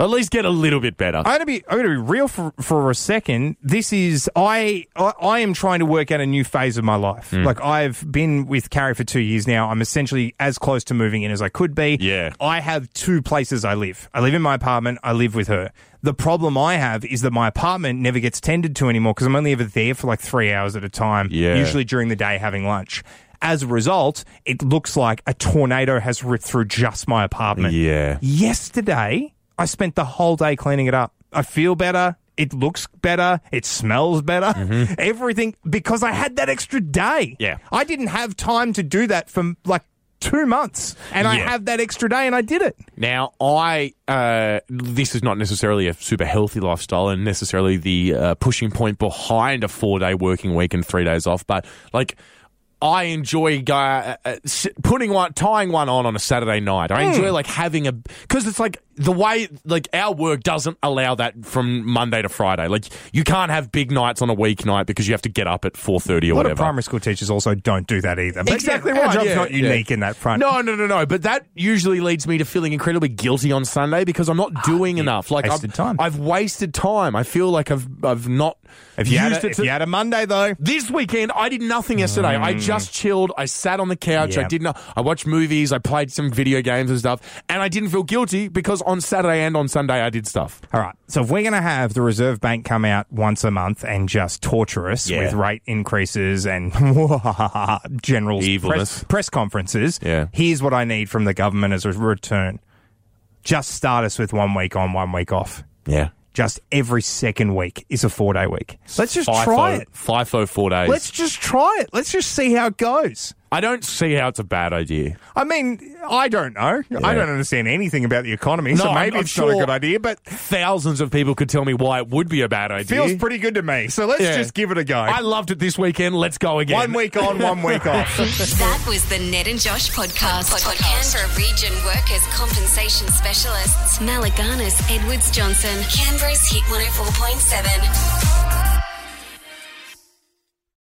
[SPEAKER 5] At least get a little bit better.
[SPEAKER 3] I'm gonna be I'm gonna be real for, for a second. This is I, I I am trying to work out a new phase of my life.
[SPEAKER 5] Mm.
[SPEAKER 3] Like I've been with Carrie for two years now. I'm essentially as close to moving in as I could be.
[SPEAKER 5] Yeah.
[SPEAKER 3] I have two places I live. I live in my apartment. I live with her. The problem I have is that my apartment never gets tended to anymore because I'm only ever there for like three hours at a time.
[SPEAKER 5] Yeah.
[SPEAKER 3] Usually during the day having lunch. As a result, it looks like a tornado has ripped through just my apartment.
[SPEAKER 5] Yeah.
[SPEAKER 3] Yesterday, I spent the whole day cleaning it up. I feel better. It looks better. It smells better. Everything because I had that extra day.
[SPEAKER 5] Mm-hmm. Yeah.
[SPEAKER 3] I didn't have time to do that for like two months, and I
[SPEAKER 5] Yeah.
[SPEAKER 3] have that extra day, and I did it.
[SPEAKER 5] Now, I uh, this is not necessarily a super healthy lifestyle, and necessarily the uh, pushing point behind a four day working week and three days off. But like, I enjoy go- uh, uh, s- putting one, tying one on on a Saturday night. I enjoy like having a because it's like the way like our work doesn't allow that from Monday to Friday. Like, you can't have big nights on a weeknight because you have to get up at four thirty
[SPEAKER 3] A
[SPEAKER 5] or
[SPEAKER 3] lot
[SPEAKER 5] whatever.
[SPEAKER 3] of primary school teachers also don't do that either. But exactly right. Our job's
[SPEAKER 5] yeah,
[SPEAKER 3] not
[SPEAKER 5] yeah.
[SPEAKER 3] unique in that front.
[SPEAKER 5] No, no, no, no. But that usually leads me to feeling incredibly guilty on Sunday because I'm not doing enough. Like
[SPEAKER 3] Ah, wasted
[SPEAKER 5] I've,
[SPEAKER 3] time.
[SPEAKER 5] I've wasted time. I feel like I've I've not
[SPEAKER 3] If you, had
[SPEAKER 5] used
[SPEAKER 3] a,
[SPEAKER 5] it
[SPEAKER 3] if
[SPEAKER 5] to.
[SPEAKER 3] you had a Monday though,
[SPEAKER 5] this weekend, I did nothing yesterday. I just chilled. I sat on the couch. I
[SPEAKER 3] Yeah.
[SPEAKER 5] did not. I watched movies. I played some video games and stuff. And I didn't feel guilty because on Saturday and on Sunday I did stuff.
[SPEAKER 3] All right. So if we're going to have the Reserve Bank come out once a month and just torture us
[SPEAKER 5] Yeah.
[SPEAKER 3] with rate increases and general
[SPEAKER 5] Evilness.
[SPEAKER 3] press, press conferences,
[SPEAKER 5] Yeah.
[SPEAKER 3] here's what I need from the government as a return. Just start us with one week on, one week off.
[SPEAKER 5] Yeah.
[SPEAKER 3] Just every second week is a four day week. Let's just
[SPEAKER 5] FIFO,
[SPEAKER 3] try it.
[SPEAKER 5] FIFO four days.
[SPEAKER 3] Let's just try it. Let's just see how it goes.
[SPEAKER 5] I don't see how it's a bad idea.
[SPEAKER 3] I mean, I don't know. I don't understand anything about the economy,
[SPEAKER 5] No,
[SPEAKER 3] so
[SPEAKER 5] I'm-
[SPEAKER 3] maybe
[SPEAKER 5] I'm
[SPEAKER 3] it's not a
[SPEAKER 5] sure-
[SPEAKER 3] good idea, but
[SPEAKER 5] Thousands of people could tell me why it would be a bad idea.
[SPEAKER 3] feels pretty good to me. So let's
[SPEAKER 5] Yeah.
[SPEAKER 3] just give it a go.
[SPEAKER 5] I loved it this weekend. Let's go again.
[SPEAKER 3] One week on, one week off.
[SPEAKER 2] That was the Ned and Josh podcast. Canberra region workers compensation oh specialists. Malaganas Edwards Johnson. Canberra's Hit 104.7.